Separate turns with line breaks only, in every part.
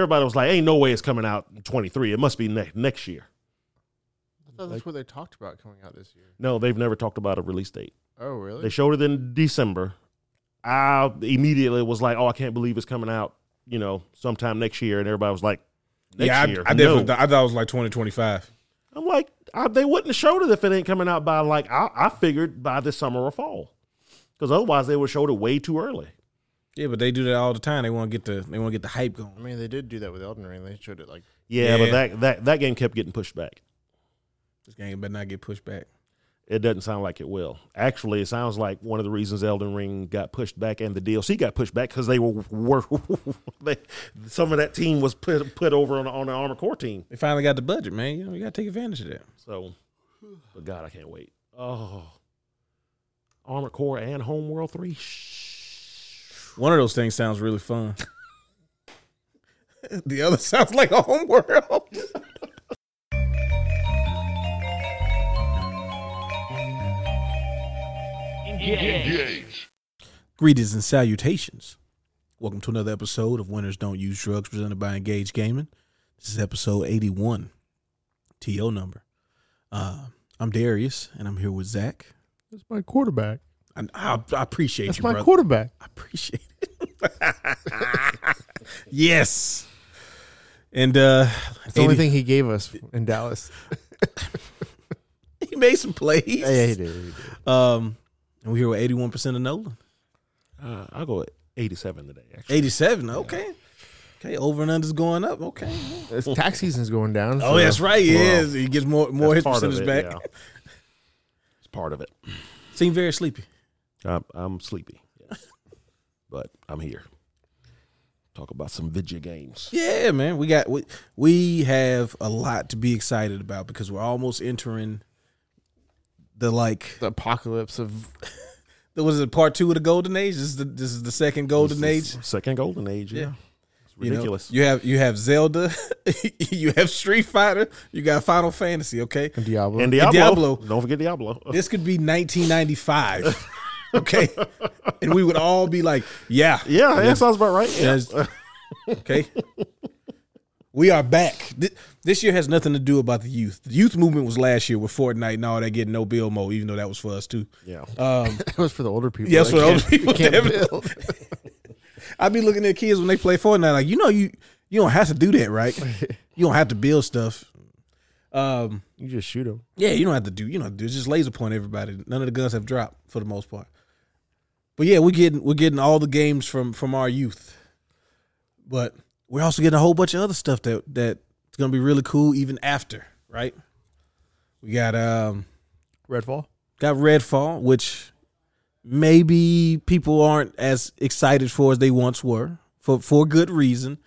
Everybody was like, "Ain't no way it's coming out in 23. It must be ne- next year."
I thought that's what they talked about coming out this year.
No, they've never talked about a release date.
Oh, really?
They showed it in December. I immediately was like, "Oh, I can't believe it's coming out." You know, sometime next year, and everybody was like, "Next
yeah, I,
year."
I
no.
definitely thought, I thought it was like twenty twenty five.
I'm like, I, they wouldn't have showed it if it ain't coming out by like I, I figured by this summer or fall, because otherwise they would have showed it way too early.
Yeah, but they do that all the time. They want to get the they want to get the hype
I
going.
mean, they did do that with Elden Ring. They showed it like
Yeah, but
Yeah.
that that that game kept getting pushed back.
This game better not get pushed back.
It doesn't sound like it will. Actually, it sounds like one of the reasons Elden Ring got pushed back and the DLC got pushed back because they were, were they, some of that team was put put over on on the Armor Core team.
They finally got the budget, man. You know, you gotta take advantage of that.
So, but God, I can't wait. Oh, Armor Core and Homeworld Three. Shh.
One of those things sounds really fun. the other sounds like a homeworld.
Engage.
Greetings and salutations. Welcome to another episode of Winners Don't Use Drugs presented by Engage Gaming. This is episode 81, TO number. Uh, I'm Darius and I'm here with Zach.
that's my quarterback.
I, I, I appreciate
That's
you,
my
brother.
quarterback.
I appreciate it. yes. And uh
It's the only
80
thing he gave us in Dallas.
he made some plays.
did. He did.
Um and we're here with 81% of Nolan.
Uh, I'll go at eighty-seven today. Actually.
87. Okay. Okay, over and under's going up. Okay.
It's tax season's going down. so-
Oh, that's right. He
Well,
is. He gets more more his
That's part of
percentage
it,
back.
yeah. It's part of it.
Seem very sleepy.
I'm, I'm sleepy, yes. but I'm here. Talk about some video games.
Yeah, man. We got we, we have a lot to be excited about because we're almost entering the like
The apocalypse of
the- was it part two of the golden age? This is the this is the second golden age.
Second golden age. Yeah,
Yeah.
it's
You know,
ridiculous.
You, have you have Zelda, you have Street Fighter, you got Final Fantasy. Okay,
Diablo.
and
and
Diablo.
Diablo.
Don't forget Diablo.
this could be 1995. okay, and we would all be like, yeah,
yeah, that sounds about right. Yeah.
Yes. okay. We are back. Th- This year has nothing to do about the youth. The youth movement was last year with Fortnite and all that getting no bill mode, even though that was for us too.
yeah.
Um,
that was for the older people.
yes,
They
for
can't-
older people.
can't
definitely.
build.
I be looking at kids when they play Fortnite, like you know you you don't have to do that, right? you don't have to build stuff. Um,
You just shoot them.
yeah, you don't have to do you know do just laser point everybody. None of the guns have dropped for the most part. But yeah, we're getting we're getting all the games from from our youth, but we're also getting a whole bunch of other stuff that that's gonna be really cool even after, right? We got um
Redfall.
got Redfall, which maybe people aren't as excited for as they once were for for good reason.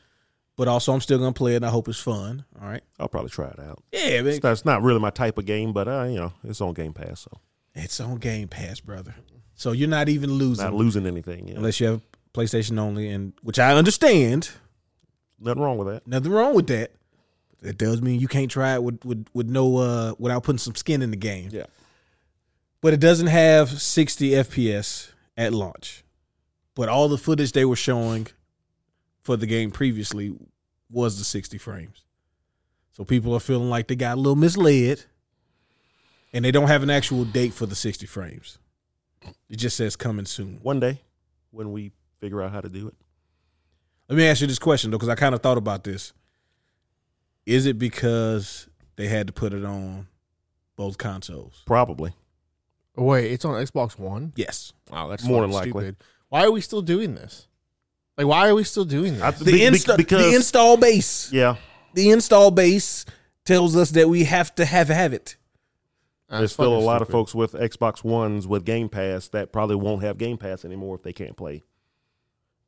But also, I'm still gonna play it. and I hope it's fun. All right.
I'll probably try it out.
Yeah, man.
It's not, it's not really my type of game, but uh, you know, it's on Game Pass, so
It's on Game Pass, brother. So you're not even losing
not losing anything. Yeah.
unless you have PlayStation only, and which I understand.
Nothing wrong with that.
Nothing wrong with that. But That does mean you can't try it with with, with no uh without putting some skin in the game.
Yeah.
But it doesn't have 60 FPS at launch. But all the footage they were showing for the game previously was the 60 frames. So people are feeling like they got a little misled and they don't have an actual date for the 60 frames. It just says coming soon.
One day, when we figure out how to do it,
Let me ask you this question though, because I kind of thought about this. Is it because they had to put it on both consoles?
probably.
Oh, wait, it's on Xbox One.
Yes.
Wow, that's
More
fucking
than likely.
Why are we still doing this? Like, why are we still doing this?
I-
The,
be- be-
insta-
because
the install base.
yeah,
The install base tells us that we have to have have it.
There's still a lot of
folks.
folks with Xbox Ones with Game Pass that probably won't have Game Pass anymore if they can't play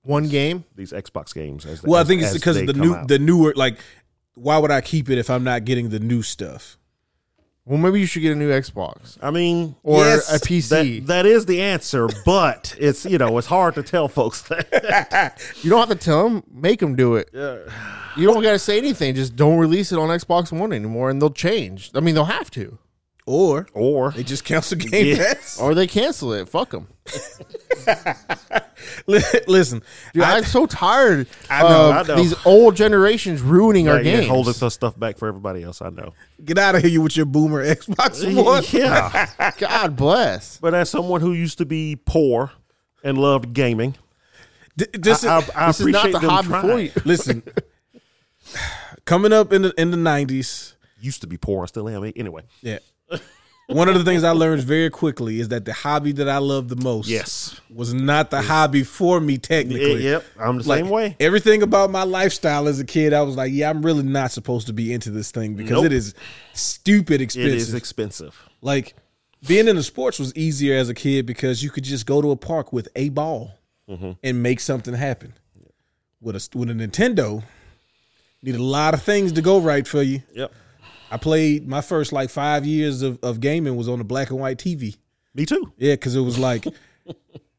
One game.
these Xbox games. As
Well, I
as-
think it's
as
because
they
of the
come
new
out.
the newer like why would I keep it if I'm not getting the new stuff?
Well, maybe you should get a new Xbox
I mean,
or
Yes.
a PC.
that, that is the answer, but it's you know it's hard to tell folks that.
you don't have to tell them. Make them do it. You don't got to say anything. Just don't release it on Xbox One anymore, and they'll change. I mean, they'll have to.
or
Or
they just cancel Game
Yeah.
Pass.
Or they cancel it. Fuck them.
Li- Listen,
I, am so tired
I know,
of
I know.
these old generations ruining our
yeah, yeah,
games.
holding some stuff back for everybody else. I know.
get out of here you with your boomer Xbox One.
Yeah,
God bless.
but as someone who used to be poor and loved gaming,
D- this is,
I, I
This is
appreciate
not the
them
hobby
trying.
for you.
listen, coming up in the in the nineties,
Used to be poor, I still am. Anyway,
Yeah. One of the things I learned very quickly is that the hobby that I love the most
yes,
was not the hobby for me
Yeah,
technically.
yep, I'm the
Like,
same way.
Everything about my lifestyle as a kid, I was like, yeah, I'm really not supposed to be into this thing because
Nope.
it is stupid
It
expensive.
is expensive.
like being into sports was easier as a kid because you could just go to a park with a ball
Mm-hmm.
and make something happen. With a with a Nintendo, need a lot of things to go right for you.
Yep,
I played my first like five years of, of gaming was on a black and white TV.
me too.
Yeah, because it was like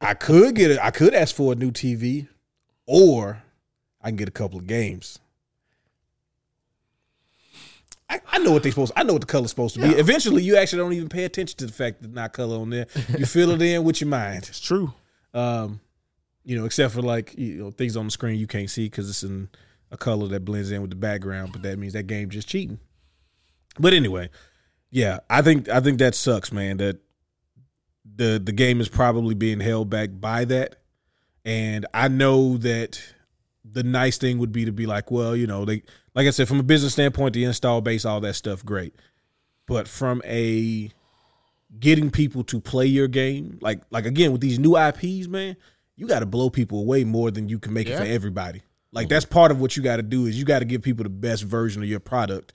I could get it. I could ask for a new TV, or I can get a couple of games. I, I know what they're supposed. I know what the color's supposed to be. Eventually, you actually don't even pay attention to the fact that it's not color on there. You fill it in with your mind.
It's true.
Um, you know, except for like you know things on the screen you can't see because it's in a color that blends in with the background. But that means that game just cheating. But anyway, yeah, I think I think that sucks, man. That the the game is probably being held back by that, and I know that the nice thing would be to be like, well, you know, they like I said from a business standpoint, the install base, all that stuff, great. But from a getting people to play your game, like like again with these new IPs, man, you got to blow people away more than you can make it
Yeah.
for everybody. Like that's part of what you got to do is you got to give people the best version of your product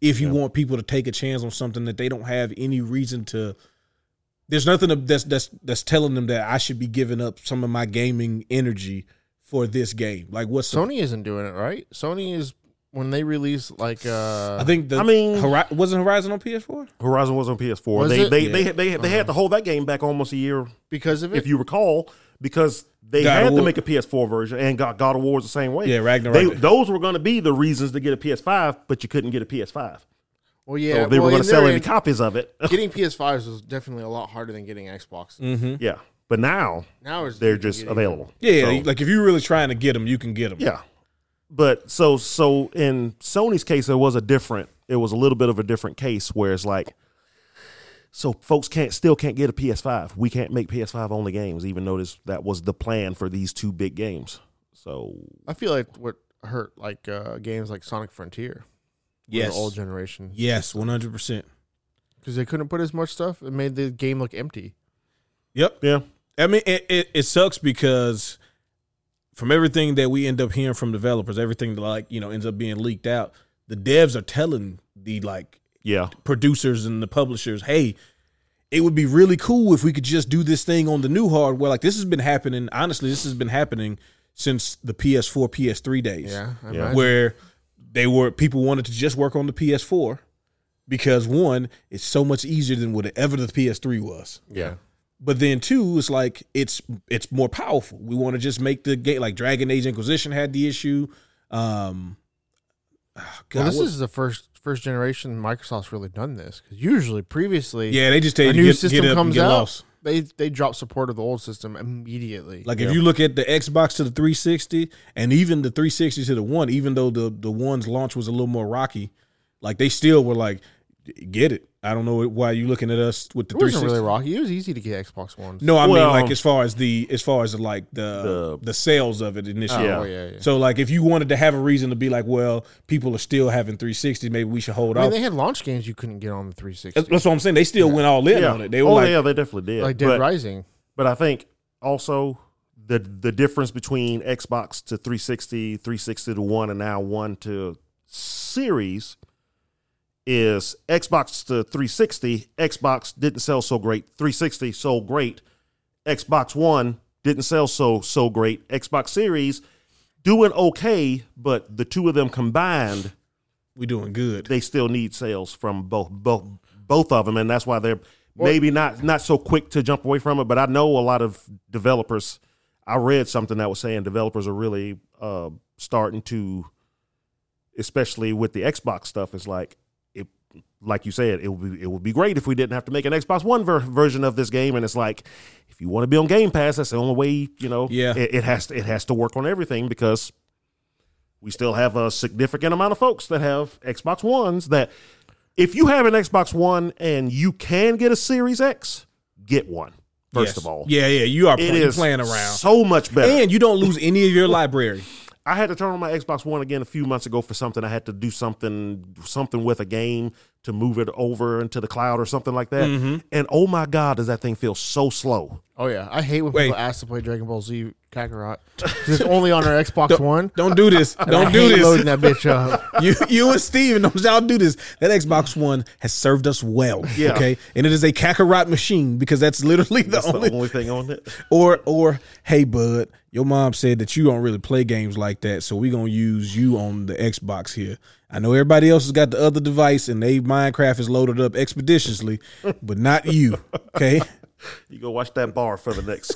if you want people to take a chance on something that they don't have any reason to there's nothing that's that's that's telling them that I should be giving up some of my gaming energy for this game. Like what's the,
Sony isn't doing it right. Sony is when they release like uh,
I think the
I mean-
Hori- wasn't Horizon on PS4?
Horizon was on PS4.
Was
they,
it?
they,
Yeah.
they they they had to hold that game back almost a year,
because of it.
if you recall, because they
God of
had to
War.
make a PS4 version and got God of War was the same way.
Yeah, Ragnarok.
They, those were going to be the reasons to get a PS5, but you couldn't get a PS5.
well,
So
yeah,
they
well,
were going
in
to sell
their
any
end,
copies of it.
Getting PS5s was definitely a lot harder than getting Xbox.
yeah, but now
Now it's
they're
you can
just
get it.
available.
Mm-hmm. Yeah,
So-
like if you're really trying to get them, you can get them.
Yeah. But so so in Sony's case it was a different it was a little bit of a different case where it's like so folks can't still can't get a PS5. We can't make PS5 only games even though this that was the plan for these two big games. So
I feel like what hurt like uh, games like Sonic Frontier. with
Yes.
the old generation
Yes, 100%.
because they couldn't put as much stuff. It made the game look empty.
Yep.
yeah.
I mean, it, it, it sucks because from everything that we end up hearing from developers, everything that like you know ends up being leaked out, the devs are telling the like
Yeah.
producers and the publishers, hey, it would be really cool if we could just do this thing on the new hardware. Like this has been happening. Honestly, this has been happening since the PS4, PS3 days.
Yeah, I
Yeah.
imagine.
where they were people wanted to just work on the PS4 because one, it's so much easier than whatever the PS3 was.
yeah.
But then two, it's like it's it's more powerful. We want to just make the game like Dragon Age Inquisition had the issue. Um, ah, God,
Well, this
what-
is the first first generation Microsoft's really done this because usually previously
yeah. They just tell
a
you to
new
get,
system
get up
comes
and get
out
lost.
they they drop support of the old system immediately.
Like if you look at the Xbox to the 360 and even the 360 to the one, even though the the one's launch was a little more rocky, like they still were like, get it. I don't know why you looking at us with the
it wasn't
360.
really rocky. It was easy to get Xbox Ones.
No, I
Well,
mean like as far as the as far as like the the,
The-
sales of it initially.
Yeah.
Oh, yeah, yeah.
So like if you wanted to have a reason to be like, well, people are still having 360, maybe we should hold
I mean,
off.
they had launch games you couldn't get on the 360,
That's that's what I'm saying. They still went all in
yeah.
on it. They were
oh
like,
yeah, they definitely did.
like Dead
but,
Rising.
but I think also the the difference between Xbox to 360, 360 to 1 and now 1 to series is Xbox to 360, Xbox didn't sell so great, 360 sold great, Xbox 1 didn't sell so so great, Xbox series doing okay, but the two of them combined
we doing good.
they still need sales from both both both of them, and that's why they're maybe not not so quick to jump away from it. But I know a lot of developers. I read something that was saying developers are really uh, starting to, especially with the Xbox stuff. It's like if like you said, it would be it would be great if we didn't have to make an Xbox One ver- version of this game. And it's like, if you want to be on Game Pass, that's the only way. You know,
Yeah.
it, it has to, it has to work on everything because we still have a significant amount of folks that have Xbox Ones. That if you have an Xbox One and you can get a Series X, get one first
Yes.
of all.
Yeah, yeah. You are
It
pl-
is
playing around.
so much better.
and you don't lose any of your library.
I had to turn on my Xbox One again a few months ago for something. I had to do something something with a game to move it over into the cloud or something like that.
Mm-hmm.
And oh my god, does that thing feel so slow?
Oh yeah, I hate when
Wait.
people ask to play Dragon Ball Z Kakarot. 'Cause It's only on our Xbox One.
Don't do this.
I
Don't do
hate
this.
Loading that bitch up.
you you and Steve, and y'all do this. That Xbox One has served us well.
Yeah.
Okay. And it is a Kakarot machine because that's literally the,
That's
only,
the only thing on it.
Or or hey bud, your mom said that you don't really play games like that, so we're gonna use you on the Xbox here. I know everybody else has got the other device and they Minecraft is loaded up expeditiously, but not you. Okay.
You go watch that bar for the next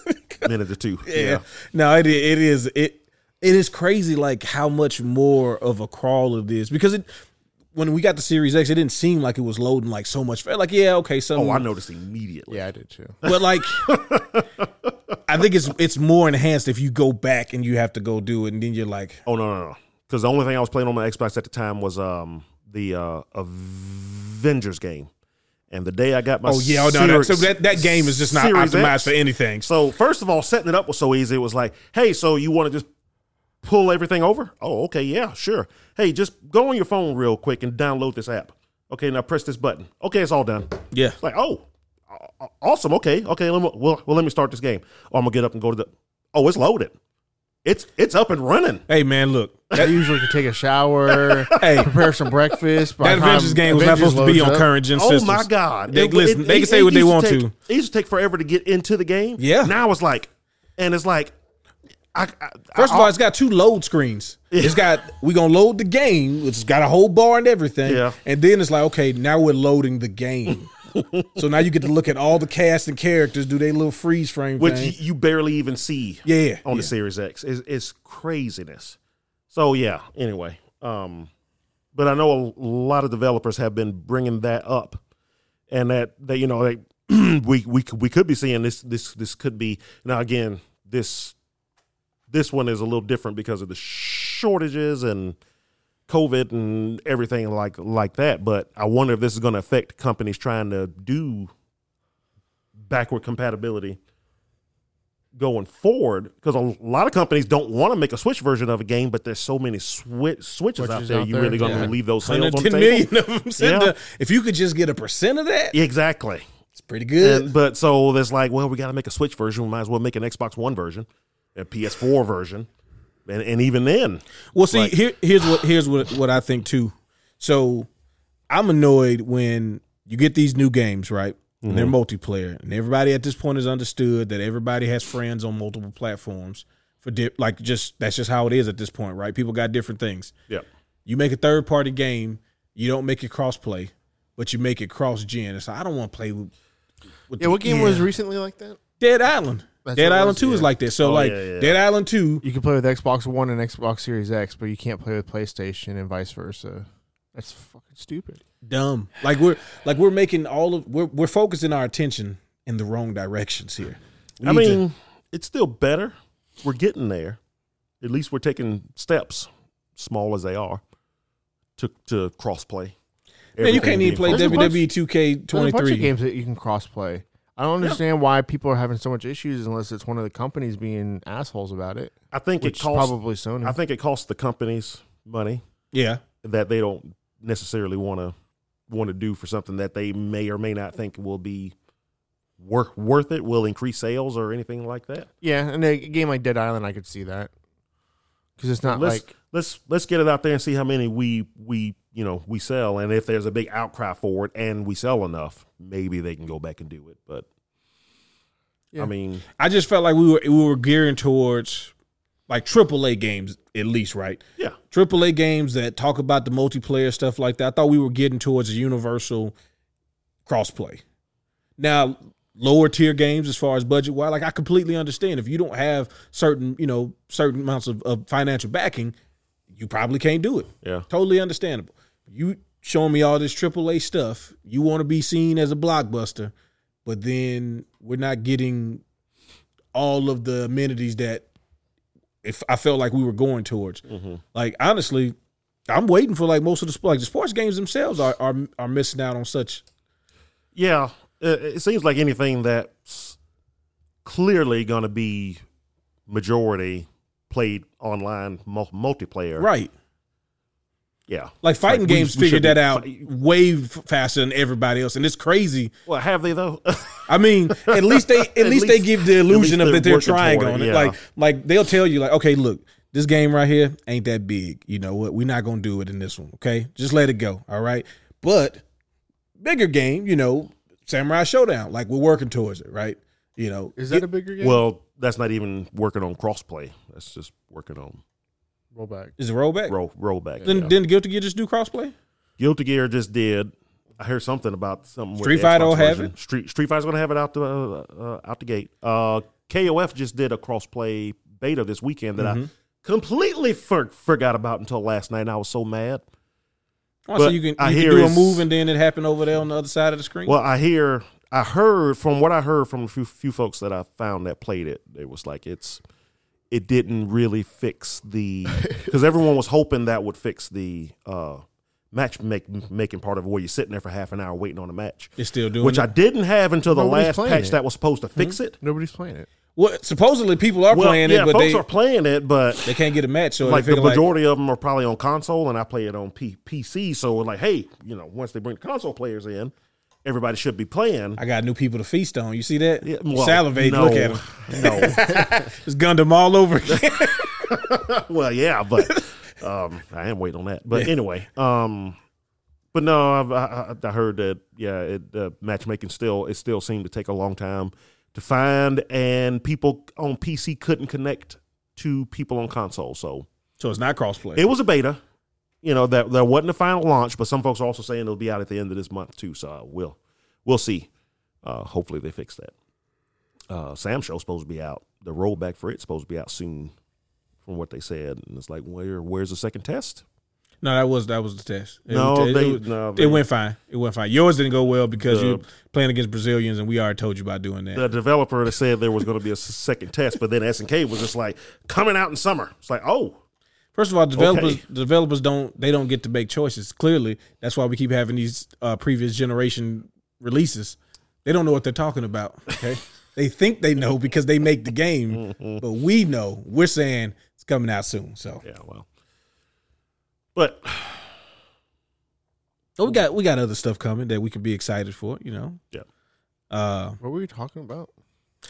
minute or two. Yeah.
No, it i- it is it it is crazy like how much more of a crawl it is because it when we got the Series X, it didn't seem like it was loading like so much. fa- Like yeah, okay, so
Oh, I noticed immediately.
Yeah, I did too.
but like I think it's it's more enhanced if you go back and you have to go do it, and then you're like,
Oh no no no! Because the only thing I was playing on my Xbox at the time was um the uh, Avengers game, and the day I got my
oh yeah, oh, no, no.
Series-
So that, that game is just not
Series
optimized
X.
for anything. So
So first of all, setting it up was so easy. It was like, hey, so you want to just pull everything over? Oh, okay, yeah, sure. Hey, just go on your phone real quick and download this app. Okay, now press this button. Okay, it's all done.
yeah,
It's like, oh, aw- aw- awesome. Okay, okay. Let me, well, well, let me start this game. Oh, I'm gonna get up and go to the. Oh, it's loaded. It's it's up and running.
hey man, look,
I usually could take a shower,
hey.
prepare some breakfast. by
That
the time
Avengers game was not
Avengers
supposed to be
loads
on
up.
current gen
Oh
systems.
my god!
They- listen, they can say what they
used
want
take-
to.
It used to take forever to get into the game.
Yeah.
Now it's like, and it's like, I, I
First of
I-
all, it's got two load screens. It's got we gonna load the game, which has got a whole bar and everything.
Yeah.
And then it's like, okay, now we're loading the game. so now you get to look at all the cast and characters, do they little freeze frame
which
thing.
y- you barely even see
Yeah,
on the
yeah.
Series X. It's, it's craziness. So yeah. Anyway, um, but I know a lot of developers have been bringing that up, and that that you know like we we could- we could be seeing this this this could be now again this this one is a little different because of the shortages and COVID and everything like like that. But I wonder if this is going to affect companies trying to do backward compatibility going forward because a lot of companies don't want to make a Switch version of a game, but there's so many switch switches out
Switches
there.
out
you
there,
really going to
yeah.
leave those sales on the
110
table?
million of them. sitting
Yeah.
there. If you could just get a percent of that,
Exactly.
it's pretty good.
And- but so there's like, well, we got to make a Switch version. We might as well make an Xbox One version, a PS4 version, and, and even then,
Well, see, here, here's what here's what what I think too. So I'm annoyed when you get these new games, right? And they're multiplayer, and everybody at this point has understood that everybody has friends on multiple platforms. For di- like, just that's just how it is at this point, right? People got different things.
yeah,
You make a third party game, you don't make it cross play, but you make it cross gen. It's like, I don't want to play with. with
Yeah, what game
yeah.
was recently like that?
Dead Island?
That's
Dead
what it
Island
was,
Two is
yeah.
like this. So
Oh,
like
yeah, yeah.
Dead Island Two,
You can play with Xbox One and Xbox Series X, but you can't play with PlayStation and vice versa. That's fucking stupid.
dumb. Like we're like we're making all of we're we're focusing our attention in the wrong directions here. We
I
need to-
mean, it's still better. We're getting there. At least we're taking steps, small as they are, to to cross play.
man, you can't even play E.
There's a bunch-
WWE Two K
There's
twenty
a bunch of
three.
games that you can cross play. I don't understand why people are having so much issues unless it's one of the companies being assholes about it,
I think
which
it
is
costs.
probably Sony.
I think it costs the companies money
Yeah,
that they don't necessarily want to want to do for something that they may or may not think will be worth worth it. Will increase sales or anything like that.
yeah, and a game like Dead Island, I could see that because it's not
let's
like
let's let's get it out there and see how many we we you know we sell and if there's a big outcry for it and we sell enough maybe they can go back and do it but
Yeah.
i mean
I just felt like we were we were gearing towards like AAA games at least, right?
yeah
AAA games that talk about the multiplayer stuff like that. I thought we were getting towards a universal crossplay. Now, lower tier games as far as budget wise, like I completely understand if you don't have certain, you know, certain amounts of, of financial backing, you probably can't do it.
yeah
Totally understandable. You showing me all this AAA stuff. You want to be seen as a blockbuster, but then we're not getting all of the amenities that if I felt like we were going towards. Like honestly, I'm waiting for like most of the sp- like the sports games themselves are are, are missing out on such.
Yeah, it, it seems like anything that's clearly going to be majority played online mul- multiplayer.
Right.
Yeah.
Like fighting
Like, we-
games
we should
figured that
be
out
fight-
way f- faster than everybody else, and it's crazy.
Well, have they though?
I mean, at least they at, least, they
least-
give the
at least
illusion of
they're
that they're
working
trying
toward it,
on it.
yeah.
Like like they'll tell you like, okay, look, this game right here ain't that big. You know what? We're not gonna do it in this one. Okay, just let it go. All right, but bigger game, you know, Samurai Showdown. Like we're working towards it, right? You know,
Is that a bigger game?
well, that's not even working on crossplay. That's just working on
rollback.
is the rollback?
roll rollback.
Then
yeah.
then Guilty Gear just do crossplay.
Guilty Gear just did. I heard something about something. with
Street
the
Fighter
Xbox
will have
version. Street Street Fighter's going to have it out the uh, uh, out the gate. Uh, KOF just did a crossplay beta this weekend that
Mm-hmm.
I completely for- forgot about until last night. and I was so mad. But
Oh, so you can you
I
can
hear
do a
it's-
move and then it happened over there on the other side of the screen.
Well, I hear, I heard from what I heard from a few few folks that I found that played it. It was like it's, it didn't really fix the because everyone was hoping that would fix the uh, match make, making part of it, where you're sitting there for half an hour waiting on a match,
it's still doing
which
it.
I didn't have until the
Nobody's
last
playing
patch
it.
that was supposed to fix it.
Nobody's playing it.
well, supposedly people are
Well,
Hmm? playing
yeah,
it, but
folks
they
are playing it, but
they can't get a match. So
like
they
the
feel like,
majority of them are probably on console, and I play it on P- PC. So like, hey, you know, once they bring the console players in, everybody should be playing.
I got new people to feast on. You see that?
Yeah, well,
Salivate.
no,
Look at him.
No,
It's Gundam all over again.
well, yeah, but um, I am waiting on that. But anyway, um, but no, I've, I, I I heard that yeah, it, uh, matchmaking still it still seemed to take a long time to find, and people on PC couldn't connect to people on console, so
so it's not crossplay.
it was a beta. You know that there wasn't a final launch, but some folks are also saying it'll be out at the end of this month too. So uh, we'll we'll see. Uh, hopefully they fix that. Uh, Sam Show's supposed to be out. The rollback for it's supposed to be out soon, from what they said. And it's like, where where's the second test?
no, that was that was the test. It,
No,
it,
they-
it,
no,
it
they-
went fine. It went fine. Yours didn't go well because
The-
you're playing against Brazilians, and we already told you about doing that.
The developer that said there was going to be a s- second test, but then SNK was just like coming out in summer. It's like, oh,
First of all, developers
Okay.
developers don't they don't get to make choices. Clearly, that's why we keep having these uh, previous generation releases. They don't know what they're talking about. Okay, they think they know because they make the game, but we know we're saying it's coming out soon. So
yeah, well. But
Oh, we got we got other stuff coming that we can be excited for. You know.
Yeah.
Uh,
What were we talking about?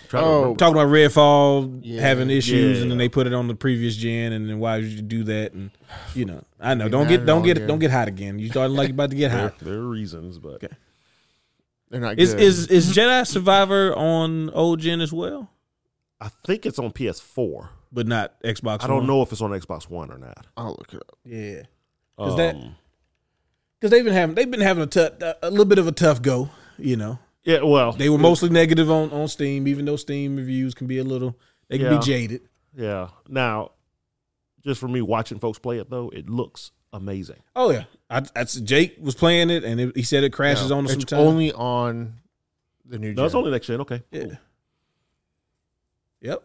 try to
Oh,
remember.
talking about Redfall
Yeah.
having issues, and then
Yeah.
they put it on the previous gen, and then why did you do that? And you know, I know. Don't
Not
get
at
don't
all,
get
yeah.
don't get hot again. You starting like you about to get hot.
there, there are reasons, but
They're not
Is
good.
is is Jedi Survivor on old gen as well,
I think it's on PS4.
but not Xbox?
I don't
One?
know if it's on Xbox One or not.
I'll look it up.
Yeah, because that
Um,
because they've been having they've been having a tough a little bit of a tough go. You know,
Yeah, well,
they were mostly negative on on Steam, even though Steam reviews can be a little they can
Yeah.
be jaded.
yeah. Now, just for me watching folks play it though, it looks amazing.
Oh yeah, I, I, Jake was playing it, and it, he said it crashes on us
it's
sometimes.
only on the new.
No, it's
gen.
only next gen. Okay, cool.
Yeah. Yep.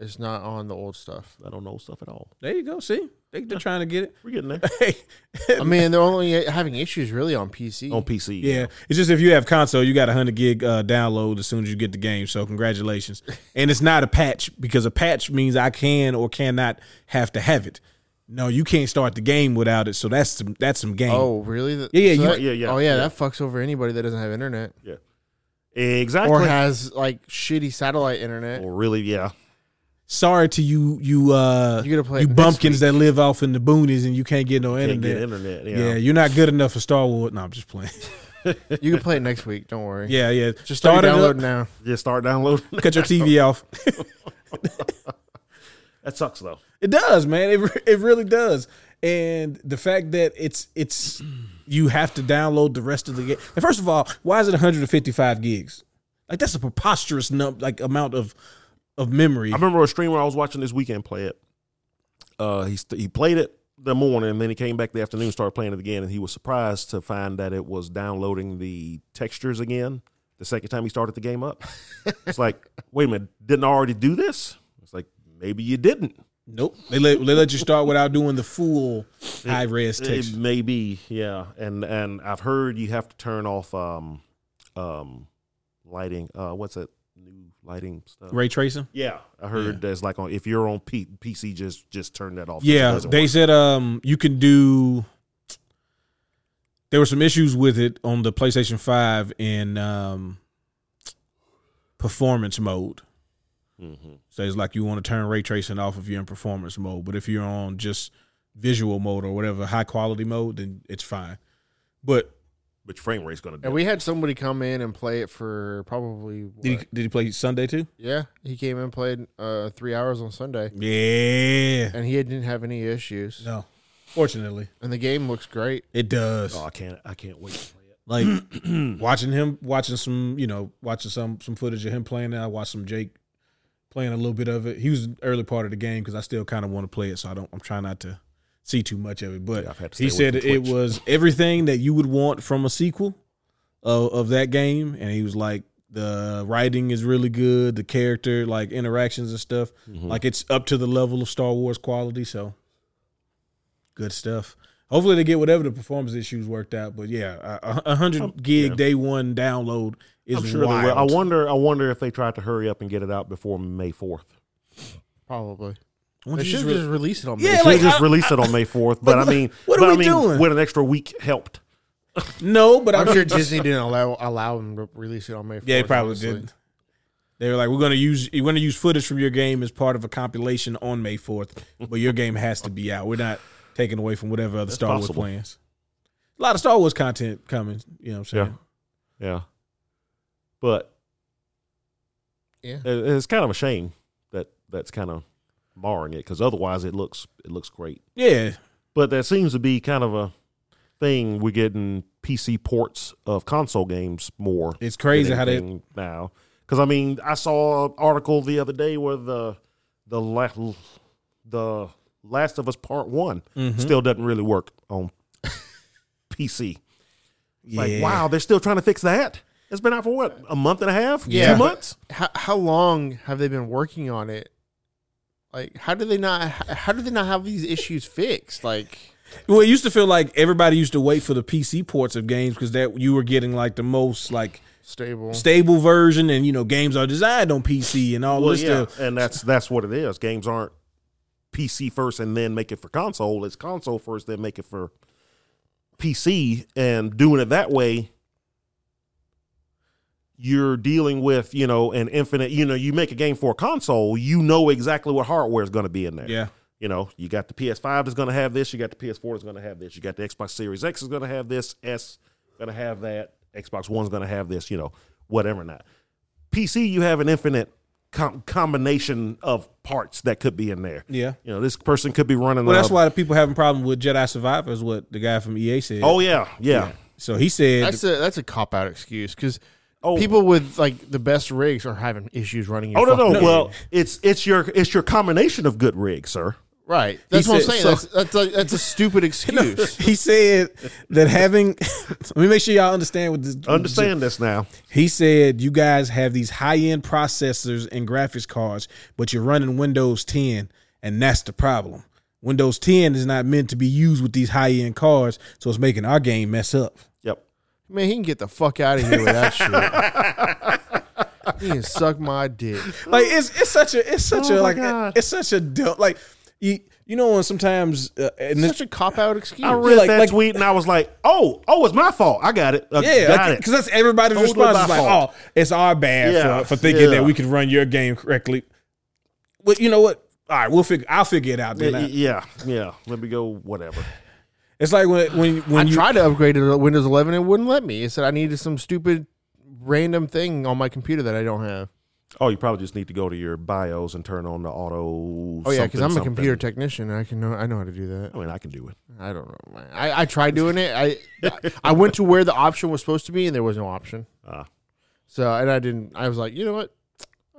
It's not on the old stuff.
I don't know stuff at all.
There you go. See, they, they're trying to get it.
We're getting there
Hey, Oh,
I mean, they're only having issues really on PC.
on PC.
yeah. It's just if you have console, you got a hundred gig uh, download as soon as you get the game. So congratulations. And it's not a patch because a patch means I can or cannot have to have it. No, you can't start the game without it. So that's some, that's some game.
Oh, really? Th-
Yeah, yeah, you-
that-
Yeah, yeah,
Oh, yeah,
yeah.
That fucks over anybody that doesn't have internet
yeah, exactly.
or
Or,
has like shitty satellite
Oh.
internet.
really, yeah,
Sorry to you, you, uh,
You gotta play it
you
next
bumpkins that live off in the boonies and you can't get no
can't
internet.
get internet.
yeah.
Yeah,
you're not good enough for Star Wars. No, I'm just playing.
You can play it next week. Don't worry.
Yeah, yeah.
Just start
it up,
downloading now.
just start downloading.
Cut your TV off.
that sucks though.
It does, man. It re- it really does. And the fact that it's it's you have to download the rest of the game. And first of all, why is it 155 gigs? Like that's a preposterous num like amount of of memory.
I remember a streamer I was watching this weekend play it. Uh, he st- he played it the morning, and then he came back the afternoon, started playing it again, and he was surprised to find that it was downloading the textures again. The second time he started the game up, it's like, wait a minute, didn't I already do this? It's like maybe you didn't.
Nope. They let, they let you start without doing the full high res
It
text.
may be, yeah. And and I've heard you have to turn off um um lighting. Uh, what's that new lighting stuff?
Ray tracing.
Yeah, I heard that's like on if you're on P- PC, just just turn that off. It
Yeah,
doesn't
they
work.
said um you can do. There were some issues with it on the PlayStation Five in um, performance mode.
Mhm.
So it's like you want to turn ray tracing off if you're in performance mode, but if you're on just visual mode or whatever high quality mode, then it's fine. But
but your frame rate's gonna.
And
Dip.
we had somebody come in and play it for probably. What?
did he, did he play Sunday too?
yeah, he came and played uh, three hours on Sunday,
Yeah.
and he didn't have any issues.
No. Fortunately,
And the game looks great.
it does.
oh, I can't. I can't wait. to play it.
Like watching him, watching some, you know, watching some some footage of him playing. it. I watched some Jake playing a little bit of it. He was an early part of the game because I still kind of want to play it, so I don't. I'm trying not to see too much of it. But
Yeah, I've had to
he
stay away
said
from
it
Twitch.
was everything that you would want from a sequel of, of that game, and he was like, the writing is really good, the character like interactions and stuff,
Mm-hmm.
like it's up to the level of Star Wars quality. So good stuff. Hopefully they get whatever the performance issues worked out. But yeah, a- a hundred gig
yeah.
day one download is
I'm sure. they
wild.
will. I wonder. I wonder if they tried to hurry up and get it out before May fourth.
Probably.
Why don't
they
you
should
just
just,
re-
release it on.
Yeah,
Yeah,
They
like,
just
I-
released it on May fourth, but I
what-
mean,
what are
but I
we
mean,
doing?
with an extra week helped.
no, but
I'm
I'm
sure Disney didn't allow allow him to release it on May. 4th,
Yeah, they probably
honestly.
did. They were like, "We're gonna use you're gonna use footage from your game as part of a compilation on May fourth, but your game has to be out. We're not taking away from whatever other Star
possible.
Wars plans. A lot of Star Wars content coming. You know what I'm saying?
Yeah. Yeah, but
Yeah.
it- it's kind of a shame that that's kind of marring it because otherwise it looks it looks great.
Yeah,
But that seems to be kind of a thing. We're getting PC ports of console games more.
it's crazy
than
how they.
anything now. Because I mean, I saw an article the other day where the the la- the Last of Us Part One
Mm-hmm.
still doesn't really work on PC. Like,
Yeah.
wow, they're still trying to fix that. It's been out for what a month and a half,
Yeah.
two months.
How how long have they been working on it? Like, how do they not? How do they not have these issues fixed? Like,
Well, it used to feel like everybody used to wait for the PC ports of games because that you were getting like the most like
stable.
stable version, and you know games are designed on PC and all
Well,
this
yeah,
stuff.
and that's that's what it is. Games aren't PC first and then make it for console. It's console first, then make it for PC. And doing it that way, you're dealing with you know an infinite. You know, you make a game for a console, you know exactly what hardware is going to be in there.
Yeah,
You know, you got the PS5 that's going to have this. You got the PS4 that's going to have this. You got the Xbox Series X is going to have this. S going to have that. Xbox One's going to have this. You know, whatever. Not PC. You have an infinite com- combination of parts that could be in there.
yeah.
You know, this person could be running.
Well,
a-
that's why the people having problem with Jedi Survivor is what the guy from EA said.
Oh yeah, yeah.
so he said
That's a that's a cop out excuse because
Oh.
people with like the best rigs are having issues running. Your
Oh no, no.
fucking-
Well, it's it's your it's your combination of good rig, sir.
right. That's
He
what I'm
said-
saying.
so-
that's that's a, that's a stupid excuse.
he said that having. let me make sure y'all understand what this.
Understand this now.
He said you guys have these high end processors and graphics cards, but you're running Windows 10, and that's the problem. Windows 10 is not meant to be used with these high end cards, so it's making our game mess up.
Yep.
Man, he can get the fuck out of here with that shit. He can suck my dick.
like it's it's such a it's such
Oh,
a
my
like
God.
it's such a dumb like you you know when sometimes uh, and this,
Such a cop out excuse.
I read
like-
that
like-
tweet and I was like, oh, oh, it's my fault. I got it. Uh, got
yeah
it.
because that's everybody's
Totally
response
my
is like
fault.
oh it's our bad
Yeah,
for, for thinking
yeah.
that we could run your game correctly. But you know what? All right, we'll figure. I'll figure it out.
Y-
Then
y- yeah, yeah. Let me go. Whatever.
it's like when when when
I
you
tried to upgrade it to Windows 11. It wouldn't let me. It said I needed some stupid random thing on my computer that I don't have.
Oh, you probably just need to go to your BIOS and turn on the auto.
Oh yeah,
because
because I'm a computer technician. And I can know I know how to do that.
I mean, I can do it.
I don't know. man. I, I tried doing it. I I went to where the option was supposed to be, and there was no option.
Ah.
So and I didn't. I was like, you know what?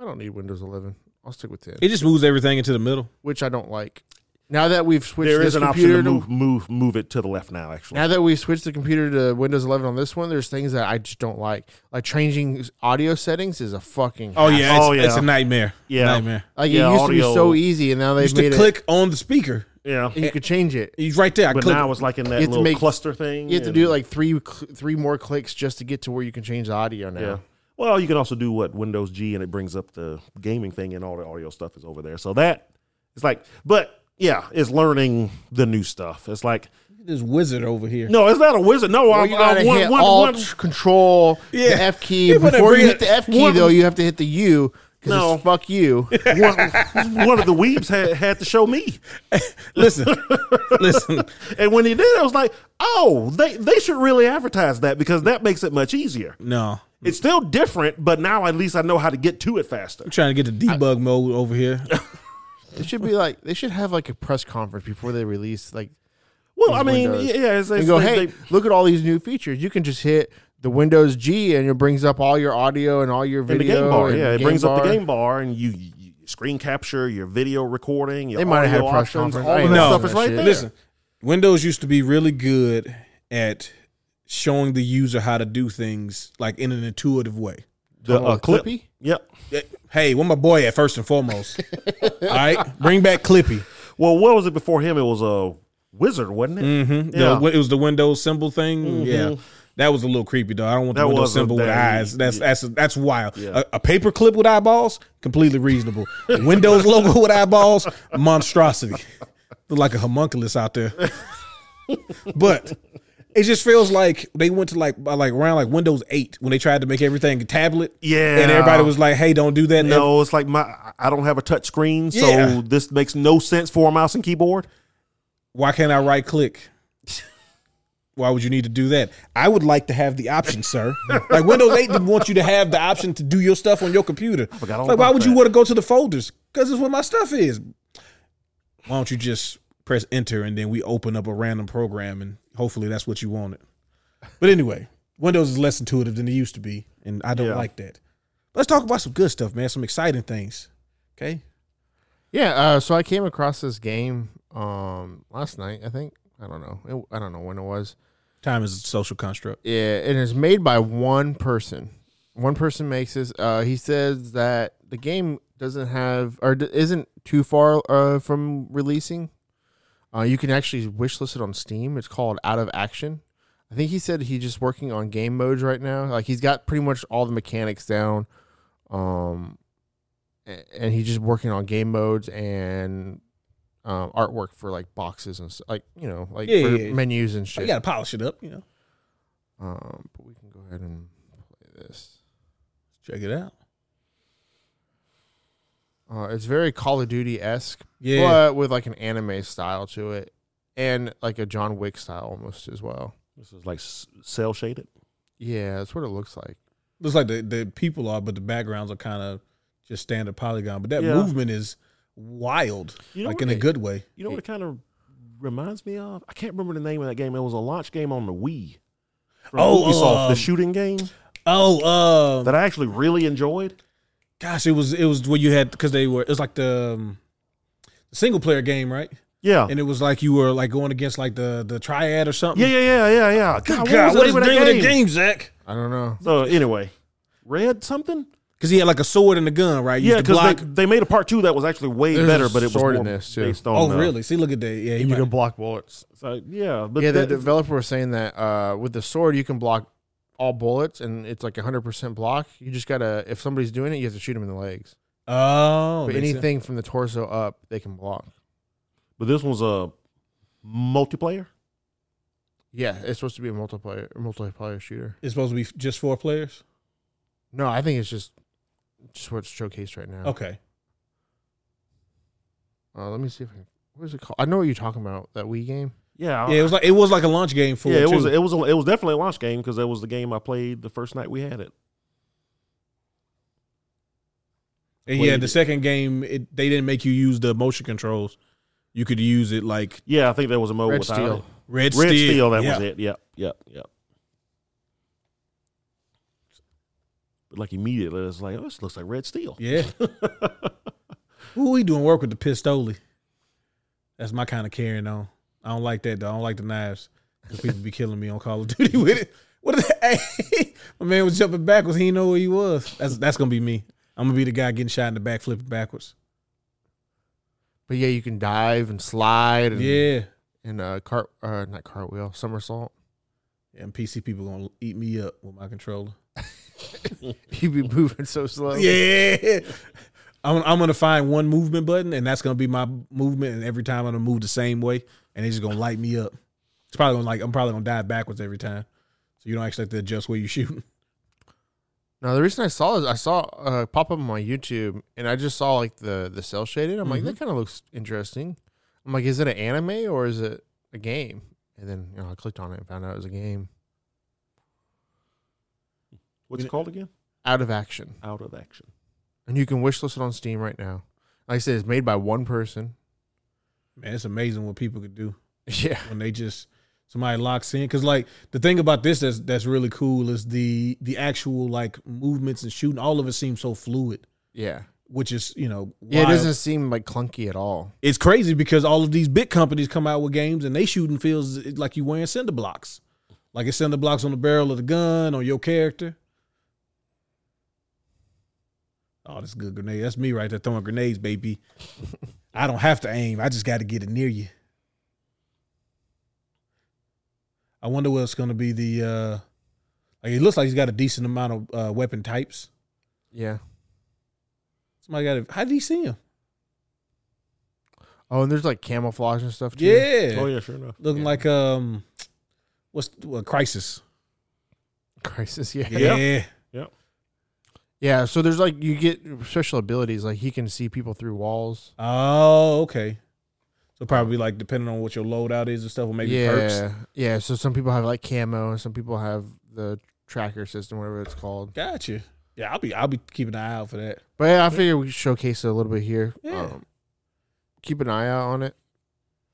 I don't need Windows 11. I'll stick with 10,
it just moves everything into the middle.
which I don't like. Now that we've switched
there
this
is an option
computer
to move, move move it to the left now. Actually,
now that we've switched the computer to Windows 11 on this one, there's things that I just don't like. Like changing audio settings is a fucking
Oh yeah, it's,
Oh, yeah.
it's a nightmare.
Yeah.
nightmare.
like
yeah,
it used to
audio-
be so easy, and now
You
they've
used to
made it
click on the speaker.
yeah,
and you could change it.
He's right there. I
but
click.
now it's like in that
You have to
little
make-
cluster thing.
You have to
and-
do like three cl- three more clicks just to get to where you can change the audio now.
Yeah. Well, you can also do what Windows G and it brings up the gaming thing and all the audio stuff is over there. So that it's like, but yeah, it's learning the new stuff. It's like,
this wizard over here.
no, it's not a wizard. No,
Well,
I,
you gotta
I want
hit
one,
Alt
one-
Control
Yeah.
the F key.
You better
Before
bring
you hit
it-
the F key
one-
though, you have to hit the U because
No.
it's fuck you.
one, one of the weebs had, had to show me.
Listen, listen.
And when he did, I was like, oh, they, they should really advertise that because that makes it much easier.
No,
It's still different, but now at least I know how to get to it faster.
I'm trying to get the debug mode over here.
it should be like they should have like a press conference before they release like
Well, I mean,
Windows.
yeah, it's, it's,
and go,
they-
hey,
they-
look at all these new features. You can just hit the Windows G and it brings up all your audio and all your
in the
video.
game bar.
and
Yeah,
the
it brings up the
bar.
game bar, and you, you screen capture your video recording. Your
They might have had
audio
a press
options,
conference.
All
I
of
ain't
that
no.
stuff is
that
right
shit.
there.
Listen, Windows used to be really good at showing the user how to do things like in an intuitive way.
the
Oh,
uh, clip.
Clippy?
Yep.
Hey, where my boy at first and foremost? All right, bring back Clippy.
Well, what was it before him? It was a wizard, wasn't it?
Mm-hmm.
Yeah. Mm-hmm.
it was the Windows symbol thing. Yeah, that was a little creepy though. I don't want the
That
Windows
was a
symbol with
dang-
eyes. That's that's that's wild.
Yeah.
A, a paper clip with eyeballs, completely reasonable. The Windows logo with eyeballs, monstrosity. Look like a homunculus out there. but it just feels like they went to like by like around like Windows eight when they tried to make everything a tablet.
Yeah.
and everybody was like, "Hey, don't do that." And
No, it's like my I don't have a touch screen, so
Yeah.
this makes no sense for a mouse and keyboard.
why can't I right click? Why would you need to do that? I would like to have the option, sir. like Windows 8 didn't want you to have the option to do your stuff on your computer.
forgot all
like, why
about
would you
that.
want to go to the folders? Because it's where my stuff is. Why don't you just press enter and then we open up a random program and hopefully that's what you wanted. But anyway, Windows is less intuitive than it used to be, and I don't
Yeah.
like that. Let's talk about some good stuff, man. Some exciting things. Okay.
Yeah, uh, so I came across this game um, last night. I think I don't know. It, I don't know when it was.
Time is a social construct.
Yeah, and it's made by one person. One person makes this. Uh, he says that the game doesn't have or d- isn't too far uh, from releasing. Uh, you can actually wishlist it on Steam. It's called Out of Action. I think he said he's just working on game modes right now. Like he's got pretty much all the mechanics down, um, a- and he's just working on game modes and um, artwork for like boxes and s- like you know like
Yeah,
for
yeah, yeah.
menus and shit.
You gotta polish it up, you know.
Um, but we can go ahead and play this.
Check it out.
Uh, it's very Call of Duty esque,
Yeah.
but with like an anime style to it, and like a John Wick style almost as well.
This is like s- cell shaded.
Yeah, that's what it looks like.
looks like the, the people are, but the backgrounds are kind of just standard polygon. But that
Yeah.
movement is wild,
You know
like
what
in a
it-
good way.
You know what it kind of reminds me of? I can't remember the name of that game. It was a launch game on the Wii. From
Oh,
Ubisoft,
um,
the shooting game
Oh, um,
that I actually really enjoyed.
gosh, it was it was where you had because they were it was like the um, single player game, right?
Yeah.
And it was like you were like going against like the the triad or something.
Yeah, yeah, yeah, yeah, yeah.
Good God,
what was
what,
the name
is the
of that
name of the
game?
game, Zach?
I don't know.
So anyway, red something.
Because he had like a sword and a gun, right? You
Yeah,
used to
because
block.
they, they made a part two that was actually way
There's
better,
a
but it was
sword
more
in this, too.
based on.
oh,
uh,
really? See, look at that. Yeah, he might-
block bullets.
so, yeah, but
yeah, the
that-
developer was saying that uh, with the sword you can block all bullets, and it's like hundred percent block. You just gotta if somebody's doing it, you have to shoot them in the legs.
oh,
but
makes sense.
anything from the torso up, they can block.
but this one's a multiplayer.
Yeah, it's supposed to be a multiplayer multiplayer shooter.
It's supposed to be f- just four players.
No, I think it's just just what's showcased right now.
Okay.
Uh, let me see if I can. What is it called? I know what you're talking about. That Wii game.
Yeah,
Yeah, it was like it was like a launch game for
yeah, it
too.
was it was a, it was definitely a launch game because that was the game I played the first night we had it.
And
Wait
yeah,
a
the
minute.
second game, it, they didn't make you use the motion controls. You could use it like
Yeah, I think there was a mode
Red
without
Steel.
it. Red
Red, Steel.
Steel. that
Yeah.
was it. Yep, yep, yep. But like immediately, it's like oh, this looks like Red Steel.
Yeah. Who we doing work with the Pistoli? That's my kind of carrying on. I don't like that though. I don't like the knives. 'Cause People be killing me on Call of Duty with it. What is that? Hey, my man was jumping backwards. He didn't know where he was. That's that's gonna be me. I'm gonna be the guy getting shot in the back, flipping backwards.
But yeah, you can dive and slide and
Yeah.
and uh, cart uh, not cartwheel somersault.
And PC people gonna eat me up with my controller.
You be moving so slow.
Yeah. I'm, I'm gonna find one movement button, and that's gonna be my movement. And every time I'm gonna move the same way, and it's just gonna light me up. It's probably gonna like I'm probably gonna die backwards every time, so you don't actually have to adjust where you shoot.
Now the reason I saw is I saw uh, pop up on my YouTube and I just saw like the the cell shaded. I'm like
Mm-hmm.
that kind of looks interesting. I'm like, is it an anime or is it a game? And then you know I clicked on it and found out it was a game.
What's it called again?
Out of action,
Out of action.
and you can wishlist it on Steam right now. Like I said, it's made by one person.
Man, it's amazing what people could do
Yeah,
when they just somebody locks in. Because like the thing about this that's that's really cool is the the actual like movements and shooting. All of it seems so fluid,
yeah,
which is you know
yeah. It
wild.
doesn't seem like clunky at all.
it's crazy because all of these big companies come out with games and they shooting feels like you wearing cinder blocks. Like it's cinder blocks on the barrel of the gun, on your character. Oh, that's a good grenade. That's me right there throwing grenades, baby. I don't have to aim. I just got to get it near you. I wonder what's going to be the. uh Like it looks like he's got a decent amount of uh, weapon types.
Yeah.
Somebody got. to How did he see him?
Oh, and there's like camouflage and stuff too.
Yeah.
Oh yeah, sure enough.
looking
Yeah.
like um, what's what, crisis?
Crisis. Yeah. yeah.
Yeah.
Yeah,
So there's like you get special abilities. Like he can see people through walls.
Oh, okay. So probably like depending on what your loadout is and stuff, or maybe
yeah.
perks.
Yeah. So some people have like camo, and some people have the tracker system, whatever it's called.
Gotcha. Yeah, I'll be I'll be keeping an eye out for that.
But yeah, I figure we showcase it a little bit here. Um,
Yeah.
keep an eye out on it.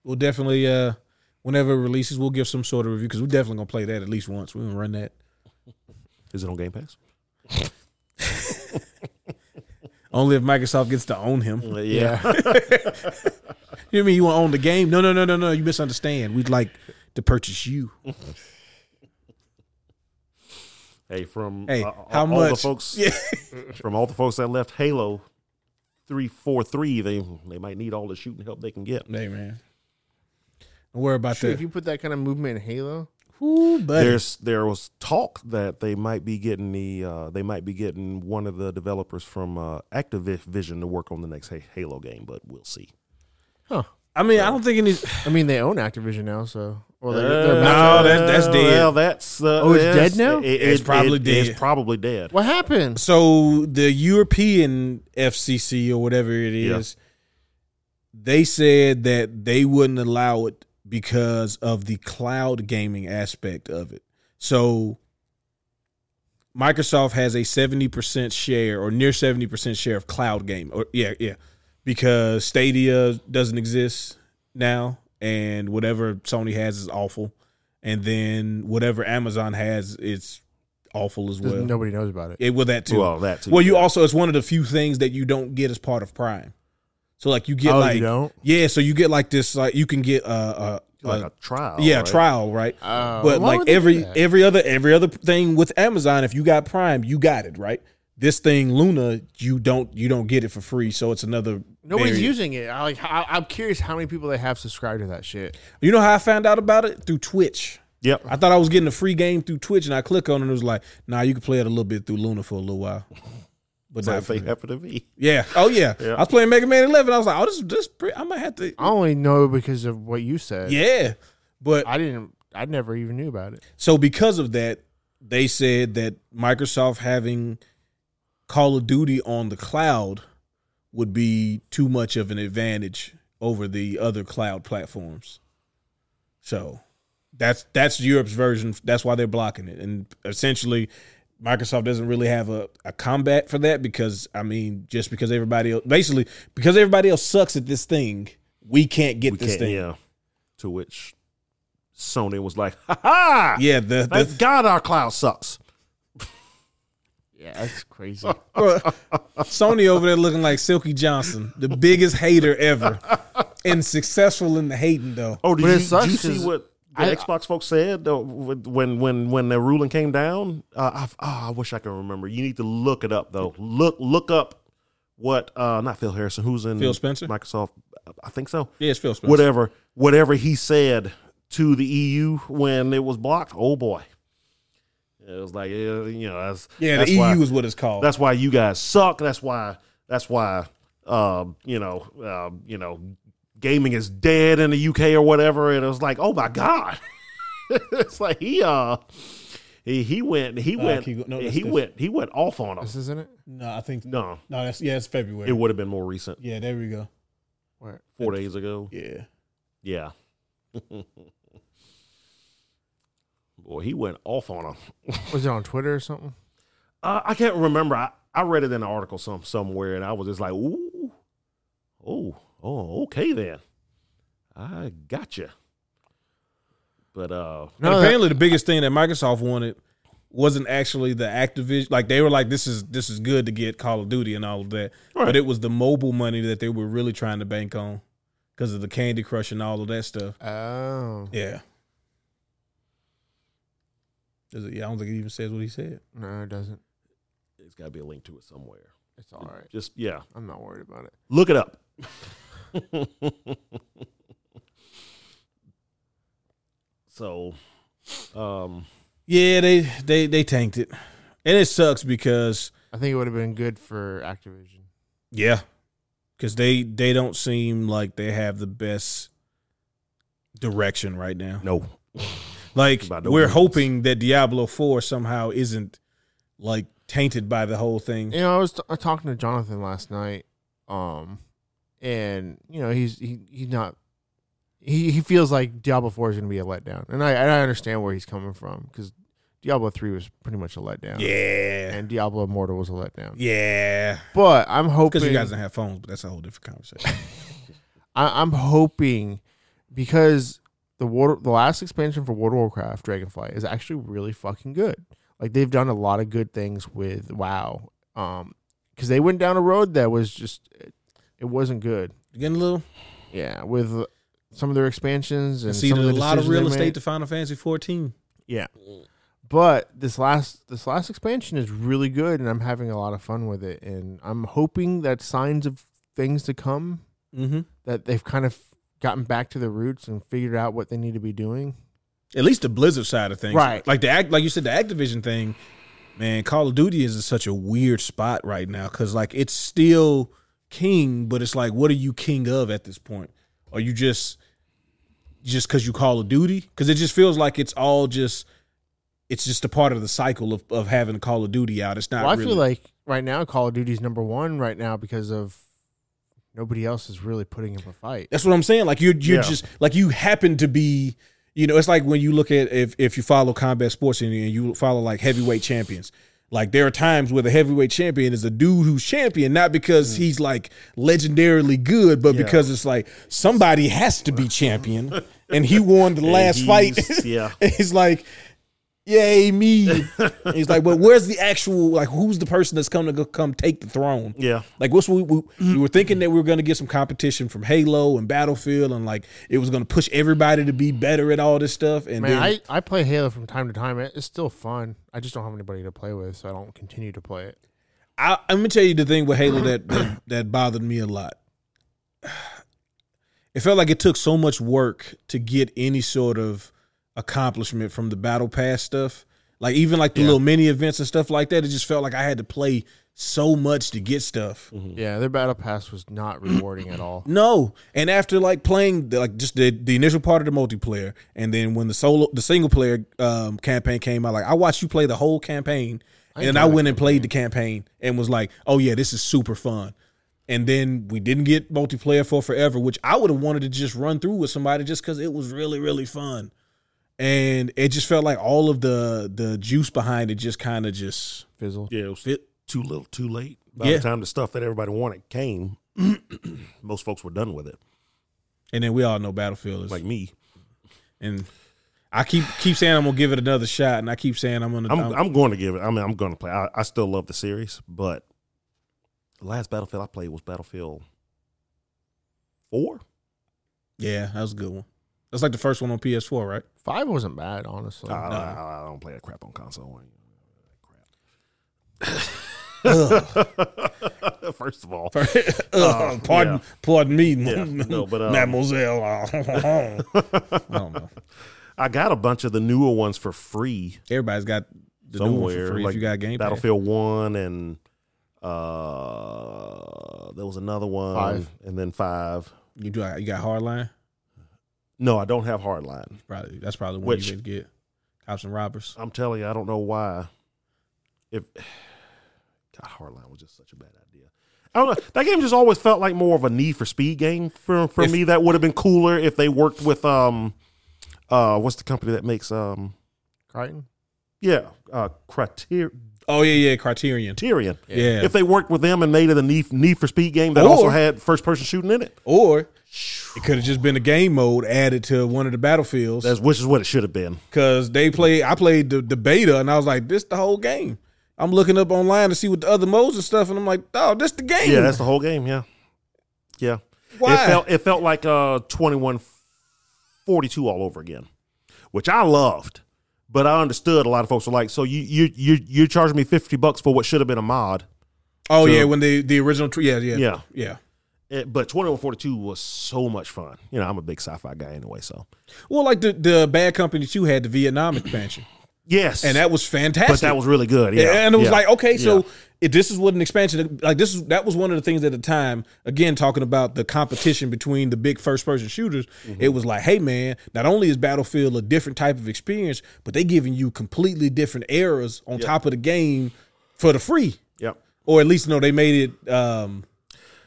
We'll definitely uh, whenever it releases, we'll give some sort of review because we're definitely gonna play that at least once. We're gonna run that
Is it on Game Pass?
only if Microsoft gets to own him.
Yeah.
You mean you want to own the game? No, no, no, no, no. You misunderstand. We'd like to purchase you.
Hey, from
Hey,
uh,
how
all the
much?
folks
Yeah.
from all the folks that left Halo three four three, they they might need all the shooting help they can get.
Hey man, don't worry about
Shoot, if
that.
you put that kind of movement in Halo,
Ooh, buddy.
There's there was talk that they might be getting the uh, they might be getting one of the developers from uh, Activision to work on the next Ha- Halo game, but we'll see.
huh?
I mean, I don't think it needs.
I mean, they own Activision now, so well, they
Uh, no, that- that's dead.
Well, that's uh,
Oh, it's
yes,
dead now?
it-
It's
it-
probably
it- It's
dead.
probably dead.
what happened?
So the European FCC or whatever it
Yeah.
is, they said that they wouldn't allow it because of the cloud gaming aspect of it. So Microsoft has a 70% share or near 70% share of cloud game. Or yeah, yeah. Because Stadia doesn't exist now and whatever Sony has is awful. And then whatever Amazon has it's awful as
Just
well.
Nobody knows about it.
Yeah, well, that too.
Well, that too.
Well, you also it's one of the few things that you don't get as part of Prime. So like you get
oh,
like
you don't?
yeah, so you get like this like you can get uh, uh,
like
uh,
a trial.
yeah
right?
trial right,
Oh,
but
why
like
would they do
every
that?
every other every other thing with Amazon, if you got Prime, you got it right. This thing Luna, you don't you don't get it for free, so it's another
Nobody's
barrier.
using it. I like. I, I'm curious how many people they have subscribed to that shit.
You know how I found out about it through Twitch.
Yep.
I thought I was getting a free game through Twitch, and I click on it, and it was like, nah, you can play it a little bit through Luna for a little while, but not
That's
for
what
me.
they happen to be.
Yeah. Oh yeah.
Yeah.
I was playing Mega Man 11. I was like, oh, this this pretty, I might have to.
I only know because of what you said.
Yeah. But
I didn't. I never even knew about it.
so because of that, they said that Microsoft having Call of Duty on the cloud would be too much of an advantage over the other cloud platforms. So that's that's Europe's version. That's why they're blocking it. And essentially, Microsoft doesn't really have a, a combat for that because I mean, just because everybody else basically because everybody else sucks at this thing, we can't get
We
this
can't,
thing. Yeah,
yeah. To which Sony was like, "Ha ha!
the, the
Thank God our cloud sucks."
Yeah, that's crazy.
Bruh, Sony over there looking like Silky Johnson, the biggest hater ever. and successful in the hating though.
Oh, did
But
you,
it sucks
did you
'cause
see what the
I-
Xbox folks said though, with- when when when the ruling came down? Uh, I've, oh, I wish I could remember. You need to look it up though. Look look up what uh, not Phil Harrison, who's in
Phil Spencer?
Microsoft. I think so.
Yeah, it's Phil Spencer.
Whatever whatever he said to the EU when it was blocked. Oh boy, it was like yeah, E you know that's
Yeah,
that's
the EU
why-
is what it's called.
that's why you guys suck. That's why. That's why. Um, you know. Um, you know. Gaming is dead in the UK or whatever, and it was like, oh my god. it's like he uh he he went he
Uh,
went
can you go- no,
he
that's different.
went he went off on
This
us.
isn't it.
no, I think no.
No,
That's yeah, it's February.
it would have been more recent,
yeah, there we go.
Where?
four days ago.
Yeah,
Yeah. Boy, he went off on him.
Was it on Twitter or something?
Uh, I can't remember. I, I read it in an article some somewhere, and I was just like, ooh, oh, oh, okay then. I gotcha. But uh,
And
No, that-
apparently the biggest thing that Microsoft wanted wasn't actually the Activision. Like they were like, this is this is good to get Call of Duty and all of that, but
Right.
it was the mobile money that they were really trying to bank on because of the Candy Crush and all of that stuff.
Oh
Yeah. Does it, yeah, I don't think it even says what he said.
no, it doesn't.
it's got to be a link to it somewhere.
It's all right.
Just yeah,
I'm not worried about it.
look it up. so, um,
Yeah, they they they tanked it, and it sucks because
I think it would have been good for Activision.
yeah, because they they don't seem like they have the best direction right now.
no,
Like
By no
we're
means.
hoping that Diablo Four somehow isn't like tainted by the whole thing.
You know, I was t- talking to Jonathan last night, um, and you know he's he, he's not he, he feels like Diablo Four is going to be a letdown, and I and I understand where he's coming from because Diablo Three was pretty much a letdown,
Yeah,
and Diablo Immortal was a letdown.
yeah.
But I'm hoping
Because you guys don't have phones, but that's a whole different conversation.
I, I'm hoping because the water, the last expansion for World of Warcraft, Dragonflight, is actually really fucking good. Like they've done a lot of good things with WoW, um, because they went down a road that was just it, it wasn't good.
You Getting a little.
Yeah, with uh, some of their expansions and
See,
some
there's
of
a
the
lot of
decisions
real
they
estate
made.
to Final Fantasy 14.
yeah, but this last this last expansion is really good, and I'm having a lot of fun with it, and I'm hoping that signs of things to come
Mm-hmm.
that they've kind of gotten back to the roots and figured out what they need to be doing.
At least the Blizzard side of things,
Right.
Like the act, like you said, the Activision thing. Man, Call of Duty is in such a weird spot right now because like it's still king, but it's like, what are you king of at this point? Are you just just because you Call of Duty? Because it just feels like it's all just it's just a part of the cycle of, of having Call of Duty out. It's not.
well, I
really,
feel like right now Call of Duty's number one right now because of nobody else is really putting up a fight.
That's what I'm saying. Like you're you're
Yeah.
just like you happen to be, you know, it's like when you look at if if you follow combat sports and you- and you follow like heavyweight champions. Like there are times where the heavyweight champion is a dude who's champion, not because he's like legendarily good, but
Mm. Yeah.
because it's like somebody has to be champion, and he won the last fight.
he's- yeah.
and he's like, "Yay me!" And he's like, "But where's the actual like? Who's the person that's come to go, come take the throne?"
yeah,
Like what's we, we we were thinking that we were going to get some competition from Halo and Battlefield, and like it was going to push everybody to be better at all this stuff. And
Man,
then,
I, I play Halo from time to time. It- It's still fun. I just don't have anybody to play with, so I don't continue to play it.
I, I'm gonna tell you the thing with Halo that, that that bothered me a lot. It felt like it took so much work to get any sort of accomplishment from the battle pass stuff. Like even like the little mini events and stuff like that. It just felt like I had to play so much to get stuff.
Yeah, their battle pass was not rewarding at all.
No, and after like playing the, like just the, the initial part of the multiplayer, and then when the solo the single player um, campaign came out, like I watched you play the whole campaign, and then I went and played the campaign and was like, oh yeah, this is super fun. And then we didn't get multiplayer for forever, which I would have wanted to just run through with somebody just because it was really really fun, and it just felt like all of the the juice behind it just kind of just
Fizzle.
yeah. It was
fit.
too little, too late. By
Yeah.
the time the stuff that everybody wanted came, most folks were done with it,
And then we all know Battlefield is
like me.
and I keep keep saying I'm gonna give it another shot, and I keep saying I'm gonna.
I'm
I'm-
I'm going to give it. I mean, I'm going to play. I, I still love the series, but the last Battlefield I played was Battlefield Four.
Yeah, that was a good one. That's like the first one on PS4, right?
Five wasn't bad, honestly.
I,
Oh, No.
I, I don't play that crap on console.
Ugh.
First of all,
Ugh, Uh, pardon, pardon me,
Oh, Yeah, no, but, um,
mademoiselle. I don't know.
I got a bunch of the newer ones for free
Everybody's got the new one for
somewhere.
free
like
if you got Game Pass.
Battlefield One and uh, there was another one,
Five.
and then five.
You do. You got Hardline.
No, I don't have Hardline.
Probably that's probably one
Which-
you could get. Cops and robbers.
I'm telling you, I don't know why. If God, Hardline was just such a bad idea. I don't know. That game just always felt like more of a Need for Speed game for for
If-
me. That would have been cooler if they worked with um, uh, what's the company that makes um,
Crichton?
yeah, uh, Criter-
Oh yeah, yeah. Criterion.
Criterion.
Yeah.
If they worked with them and made it a Need, need for Speed game that also
Or-
had first person shooting in it,
or it could have just been a game mode added to one of the battlefields.
that's which is what it should have been.
Cause they play, I played the, the beta, and I was like, "This the whole game." I'm looking up online to see what the other modes and stuff, and I'm like, "Oh, this the game."
Yeah, that's the whole game. Yeah, yeah.
Why?
It felt it felt like uh twenty one forty two all over again, which I loved. But I understood a lot of folks were like, "So you you you you're charging me fifty bucks for what should have been a mod."
oh
to-
yeah, when the the original, tr- yeah, yeah,
Yeah.
yeah.
It- but twenty one forty two was so much fun. You know, I'm a big sci-fi guy anyway, so
Well, like the the Bad Company Two had the Vietnam expansion,
yes,
and that was fantastic.
but that was really good. Yeah,
and it was
yeah,
like, okay,
yeah.
so if this is what an expansion like this is that was one of the things at the time. Again, talking about the competition between the big first person shooters,
Mm-hmm.
it was like, hey man, not only is Battlefield a different type of experience, but they giving you completely different eras on top of the game for the free,
yep.
or at least no, they made it. um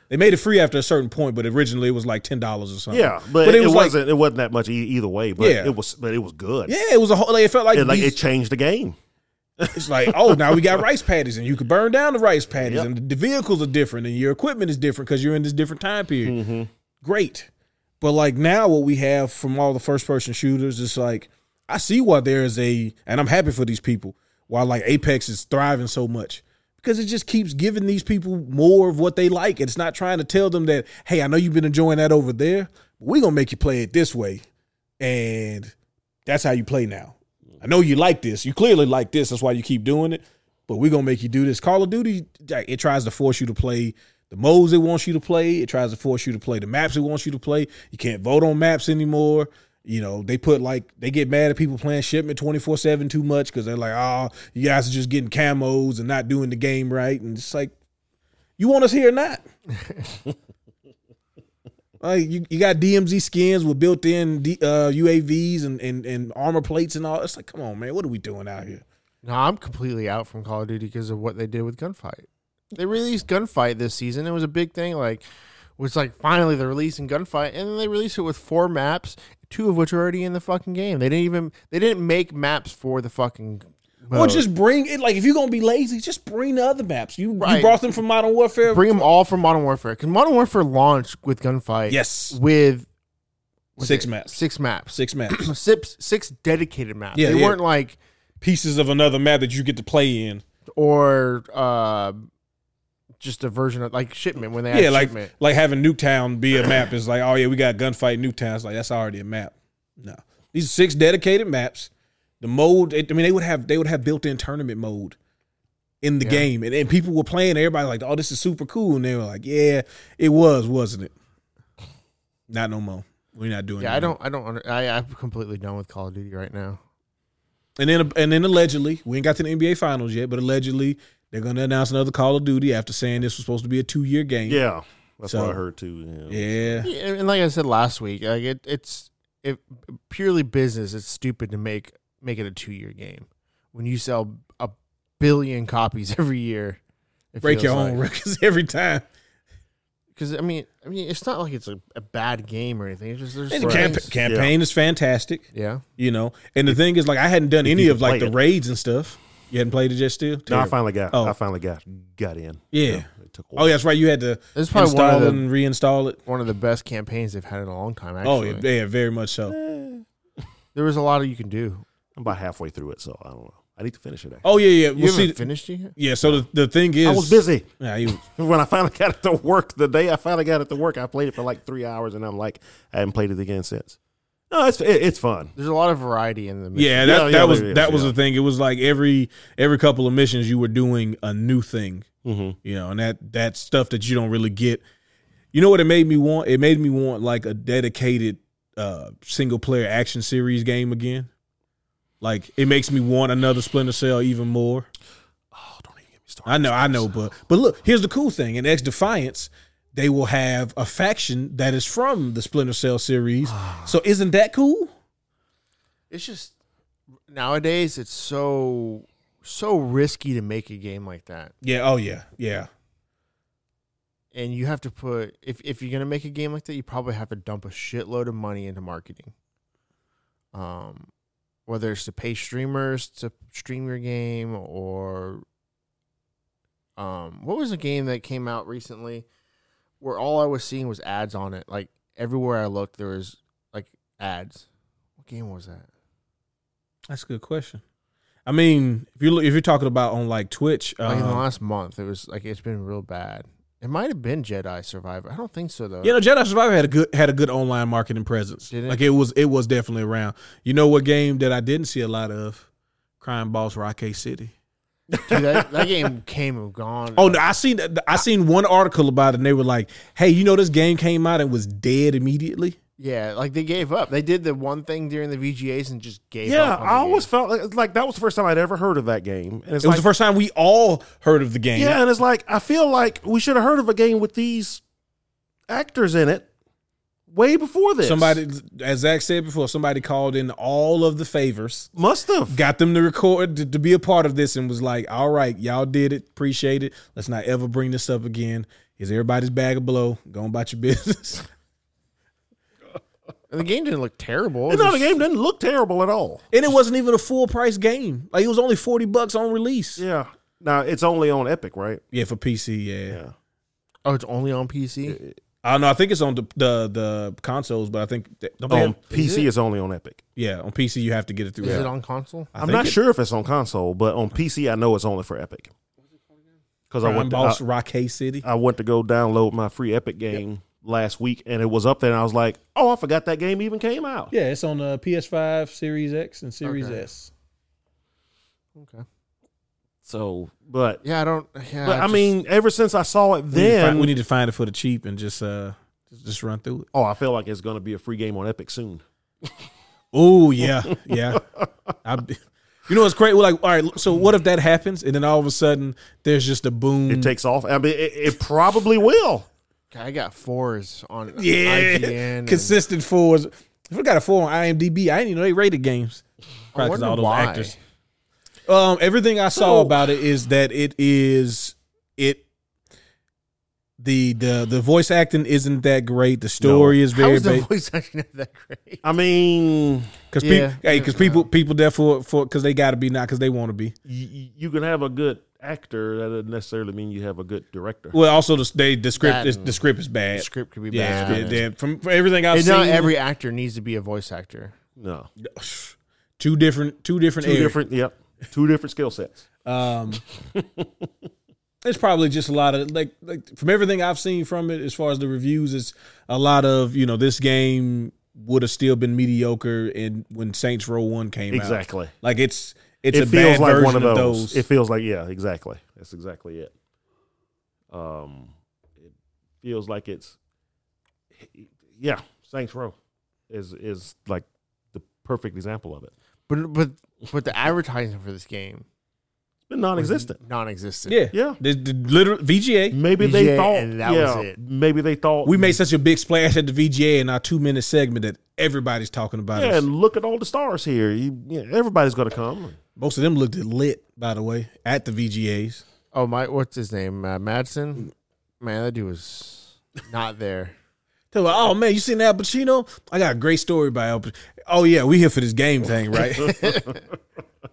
they made it free after a certain point, but originally it was like ten dollars or something.
Yeah, but, it,
was
was
like-
not it wasn't that much e- either way. But
Yeah.
it was, but it was good.
yeah, it was a whole. Like, it felt like,
it, like
these-
it changed the game.
It's like, oh, now we got rice paddies, and you can burn down the rice paddies,
Yep.
and the vehicles are different, and your equipment is different because you're in this different time period. Great, but like now, what we have from all the first person shooters is like, I see why there is a, and I'm happy for these people. Why like Apex is thriving so much because it just keeps giving these people more of what they like. It's not trying to tell them that, hey, I know you've been enjoying that over there, but we're gonna make you play it this way, and that's how you play now. I know you like this. You clearly like this. That's why you keep doing it. But we're gonna make you do this. Call of Duty, like, it tries to force you to play the modes it wants you to play. It tries to force you to play the maps it wants you to play. You can't vote on maps anymore. You know, they put like they get mad at people playing shipment 24-7 too much because they're like, oh, you guys are just getting camos and not doing the game right. And it's like, you want us here or not? Like you, you got DMZ skins with built-in D, uh, UAVs and, and and armor plates and all. It's like, come on, man, what are we doing out here?
No, I'm completely out from Call of Duty because of what they did with Gunfight. They released Gunfight this season. It was a big thing. Like, it was like finally they're releasing Gunfight, and then they released it with four maps, two of which are already in the fucking game. They didn't even they didn't make maps for the fucking.
Or
mode.
just bring it. Like if you're gonna be lazy, just bring the other maps. You, you
Right.
brought them from Modern Warfare.
bring them all from Modern Warfare because Modern Warfare launched with Gunfight.
yes,
with was
six
it
maps.
six maps,
Six maps.
six six dedicated maps.
Yeah,
they
yeah.
weren't like
Pieces of another map that you get to play in.
or uh, just a version of like shipment when they
Yeah,
had
like
shipment.
like having Nuketown be a map is like, oh yeah, we got gunfight Nuketown. It's like that's already a map. No, these are six dedicated maps. The mode, it, I mean, they would have they would have built in tournament mode in the
Yeah.
game, and, and people were playing. Everybody like, oh, this is super cool, and they were like, yeah, it was, wasn't it? Not no more. We're not doing.
Yeah,
that
I don't, I don't, under, I, I'm completely done with Call of Duty right now.
And then and then allegedly, we ain't got to the NBA finals yet, but allegedly they're going to announce another Call of Duty after saying this was supposed to be a two year game.
Yeah, that's
So-
what I heard too. Yeah.
Yeah.
Yeah, and like I said last week, like it, it's it, purely business. It's stupid to make make it a two year game when you sell a billion copies every year. it
Break your
feels
own
like.
records every time.
Because I mean, I mean, it's not like it's a, a bad game or anything. It's just there's
And
some
the camp-
things-
campaign is fantastic,
yeah.
you know. And the thing is, like, I hadn't done any
you
of like
play
the
it.
raids and stuff. You hadn't played it yet, still.
No, I
Terrible.
finally got.
Oh.
I finally got got in.
Yeah.
it took a
Oh, yeah, that's right. You had to
This is probably one
install
of
it
the-
and reinstall it.
One of the best campaigns they've had in a long time.
Oh,
Actually,
yeah, yeah, very much so.
Eh.
there was a lot of you can do.
I'm about halfway through it, so I don't know. I need to finish it. Actually.
Oh yeah, yeah.
You
Well,
haven't
see,
finished it yet?
yeah. So the, the thing Oh, is,
I was busy
Yeah, you,
when I finally got it to work. The day I finally got it to work, I played it for like three hours, and I'm like, I haven't played it again since. No, it's it, it's fun.
There's a lot of variety in the mission.
yeah. That,
yeah,
that
there
was
it is,
that was
yeah.
the thing. It was like every every couple of missions, you were doing a new thing.
Mm-hmm.
you know, and that that stuff that you don't really get. You know what it made me want? It made me want like a dedicated uh single player action series game again. Like it makes me want another Splinter Cell even more.
Oh, don't even get me started.
I know, I know, but but look, here's the cool thing: in X Defiance, they will have a faction that is from the Splinter Cell series.
Ah.
so isn't that cool?
It's just nowadays it's so so risky to make a game like that.
Yeah. Oh yeah. Yeah.
And you have to put if if you're gonna make a game like that, you probably have to dump a shitload of money into marketing. Um whether it's to pay streamers to stream your game or um what was a game that came out recently where all I was seeing was ads on it. Like everywhere I looked there was like ads. What game was that?
That's a good question. I mean, if you look, if you're talking about on like Twitch,
Like in the
um,
last month, it was like it's been real bad. It might have been Jedi Survivor. I don't think so though.
You know, Jedi Survivor had a good had a good online marketing presence.
Did it?
Like it was it was definitely around. You know what game that I didn't see a lot of? Crime Boss Rock City.
Dude, that, that game came and gone.
Oh no, I seen I seen one article about it and they were like, "Hey, you know this game came out and was dead immediately."
yeah, like they gave up. They did the one thing during the VGAs and just gave
Yeah,
up. on
I
the
always
game.
felt like, like that was the first time I'd ever heard of that game. And it's
It was
like-
the first time we all heard of the game.
Yeah, and it's like I feel like we should have heard of a game with these actors in it way before this.
Somebody as Zach said before, somebody called in all of the favors.
must have.
Got them to record to, to be a part of this and was like, all right, y'all did it. Appreciate it. Let's not ever bring this up again. Is everybody's bag of blow. Go on about your business.
And the game didn't look terrible.
You
It
know, the
was-
game didn't look terrible at all.
And it wasn't even a full price game. Like it was only forty bucks on release. Yeah,
Yeah. Now it's only on Epic, right?
for PC. Yeah.
Yeah.
Oh, it's only on PC.
I don't know. I think it's on the the, the consoles, but I think that, don't they
On
have-
PC, it's only on Epic.
yeah on PC you have to get it through.
Is it
Epic.
on console?
I
I'm
think
not
it-
sure if it's on console, but on PC, I know it's only for Epic. Because I
Crime
went, to,
Boss
I,
Rock City.
I went to go download my free Epic game last week, and it was up there, and I was like, "Oh, I forgot that game even came out."
yeah, it's on uh, PS5, Series X, and Series
Okay.
S.
Okay.
So, but
Yeah, I don't. Yeah,
but I
just-
mean, ever since I saw it,
We need, to
then
find, we need to find it for the cheap and just uh just, just run through it.
Oh, I feel like it's going to be a free game on Epic soon.
Oh yeah, yeah. I, you know what's great? We're like, all right. So what if that happens and then all of a sudden there's just a boom?
It takes off. I mean, it, it probably will.
I got fours on
Yeah,
IGN. and-
consistent fours. If I got a four on IMDb, I didn't even know they rated games.
I
Probably 'cause
wonder
all those
why.
actors. Um, everything I saw
So-
about it is that it is it the the the voice acting isn't that great. The story is
How
very
is the
because
voice acting not that great?
I mean,
Yeah.
hey because people people there for for because they got to be not because they want to be.
you, you can have a good actor. That doesn't necessarily mean you have a good director.
Well, also the they the script
That
is,
and-
the script is bad.
The script could be
yeah,
bad.
it's- yeah, from, from everything I've
And
seen,
not every actor needs to be a voice actor.
No,
two different two different
two
areas.
different. Yep, two different skill sets.
Um, it's probably just a lot of like, like from everything I've seen from it, as far as the reviews, it's a lot of you know this game would have still been mediocre and when Saints Row One came out.
Exactly.
Like it's it's a
it feels
bad
like
version
one of those.
those.
It feels like yeah, exactly. That's exactly it. Um, it feels like it's yeah. Saints Row is is like the perfect example of it.
But but but the advertising for this game
It's been non-existent.
non-existent.
yeah,
Yeah.
The, the literal VGA.
Maybe
Yeah,
they thought
and that
yeah,
was it.
Maybe they thought
We made such a big splash at the VGA in our two minute segment that everybody's talking about.
Yeah,
us.
and look at all the stars here. You, yeah, everybody's going to come.
Most of them looked lit, by the way, at the VGAs.
Oh my, what's his name? Uh, Madsen. Man, that dude was not there.
They're like, oh man, you seen Al Pacino? I got a great story by Al Pacino. Oh yeah, we here for this game thing, right? and I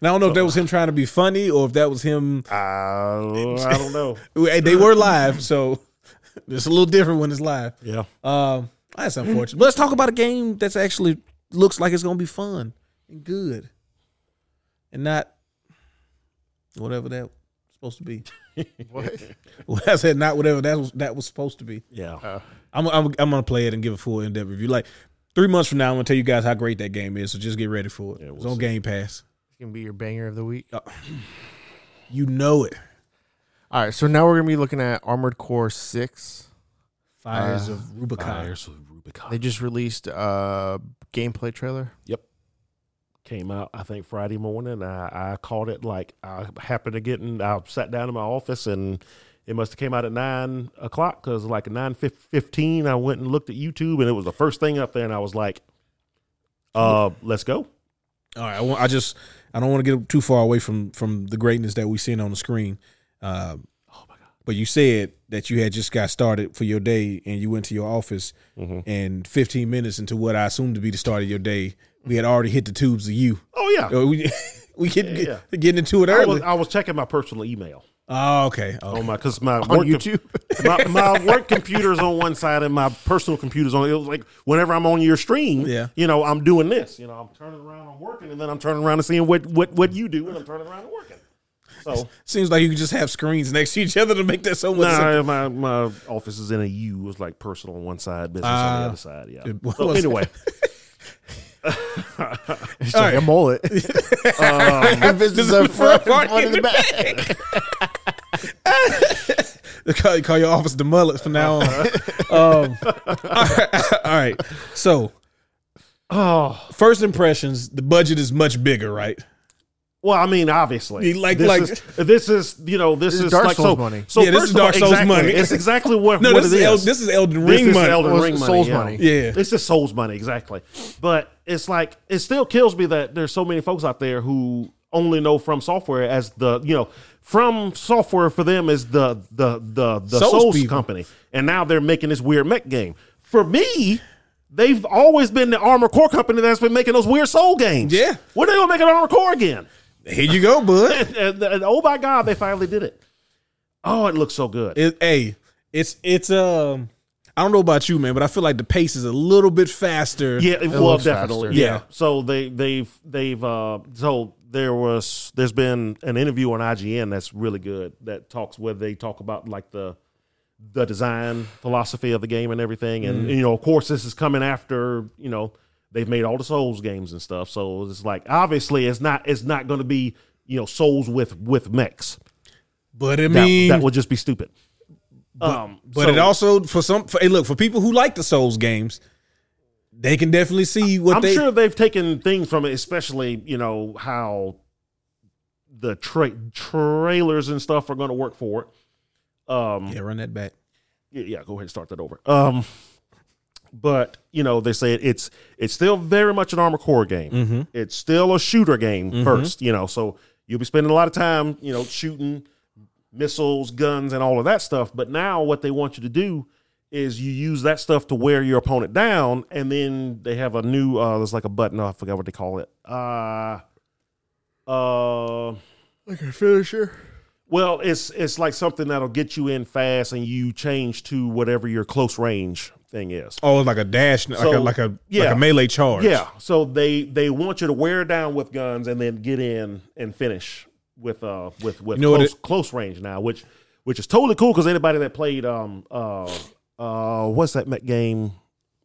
don't know if that was him trying to be funny or if that was him.
Uh, I don't know.
Hey, They were live, so it's a little different when it's live.
Yeah,
Um, that's unfortunate. But let's talk about a game that's actually looks like it's gonna be fun and good. and not whatever that was supposed to be.
What?
Well, I said not whatever that was that was supposed to be.
Yeah.
I'm I'm, I'm gonna play it and give a full in depth review. Like three months from now, I'm gonna tell you guys how great that game is. So just get ready for it.
Yeah, we'll
it's on
see.
Game Pass.
It's gonna be your banger of the week.
You know it.
All right, so now we're gonna be looking at Armored Core Six.
Fires of Rubicon.
Ah, Fires of Rubicon.
They just released a gameplay trailer.
came out I think Friday morning. and I, I caught it like I happened to get in. I sat down in my office and it must have came out at nine o'clock because like nine fif- fifteen I went and looked at YouTube and it was the first thing up there and I was like, "Uh, let's go."
All right, I, want, I just I don't want to get too far away from from the greatness that we've seen on the screen. Uh,
Oh my god!
but you said that you had just got started for your day and you went to your office,
Mhm.
and 15 minutes into what I assumed to be the start of your day, we had already hit the tubes of you.
Oh yeah.
Uh, We we getting
Yeah.
getting into it
I
early.
was, I was checking my personal email
oh, okay.
on
okay.
my because my work
On
com-
YouTube,
my, my work computer's on one side and my personal computer's on. It was like whenever I'm on your stream,
Yeah.
you know, I'm doing this. You know, I'm turning around, I'm working, and then I'm turning around and seeing what what what you do, and I'm turning around and working. So
Seems like you could just have screens next to each other to make that so much. sense.
nah, my my office is in a U. It's like personal on one side, business on
Ah.
the other side.
It
Yeah.
was-
So anyway,
it's like a mullet.
um,
Business up front, one in the back.
They call, call your office the mullet from now on. um, all, right, all right. So
oh
first impressions. The budget is much bigger, right?
well, I mean, obviously,
You like-
this
like-
is this is you know this,
This is
is
Dark
like,
Souls
so,
money.
So
Yeah, this
first
is
of all,
Dark Souls
exactly,
money.
It's exactly what
No,
what
this
it
is,
is.
El, this is Elden
This
Ring
is
money.
Elden
Well,
Ring money.
Souls
yeah.
money.
Yeah.
It's just Souls money, exactly. But it's like it still kills me that there's so many folks out there who only know from software as the you know from software for them is the the the the
Souls
Souls,
people.
company, and now they're making this weird mech game. For me. They've always been the Armor Core company that's been making those weird soul games.
Yeah.
When are they going to make an Armor Core again?
Here you go, bud.
And, and- and oh my God, they finally did it. Oh, it looks so good.
It, hey, it's it's um. I don't know about you, man, but I feel like the pace is a little bit faster.
Yeah, well,
looks
definitely.
faster.
Yeah.
Yeah.
So they they've they've uh so there was there's been an interview on IGN that's really good that talks where they talk about like the the design philosophy of the game and everything
Mm-hmm.
and you know of course this is coming after you know they've made all the souls games and stuff so it's like obviously it's not it's not going to be you know souls with with mechs
but I
that,
mean,
that would just be stupid um
but it
so-
also for some. For, hey, look for people who like the Souls games, they can definitely see what
I'm
they.
sure they've taken things from it, especially you know how the tra- trailers and stuff are going to work for it. Um,
Yeah, run that back.
yeah, yeah, go ahead and start that over. Um, but you know they say it's it's still very much an armor core game.
Mm-hmm.
It's still a shooter game
Mhm.
first, you know. So you'll be spending a lot of time, you know, shooting missiles, guns, and all of that stuff. But now what they want you to do is you use that stuff to wear your opponent down, and then they have a new uh there's like a button, oh, I forgot what they call it. Uh uh
Like a finisher.
well, it's it's like something that'll get you in fast and you change to whatever your close range thing is.
Oh, like a dash, like a
So,
like a like
yeah.
a melee charge.
Yeah. So they they want you to wear down with guns and then get in and finish with uh with with
You know what
close, close range now, which which is totally cool because anybody that played um uh uh what's that mech game?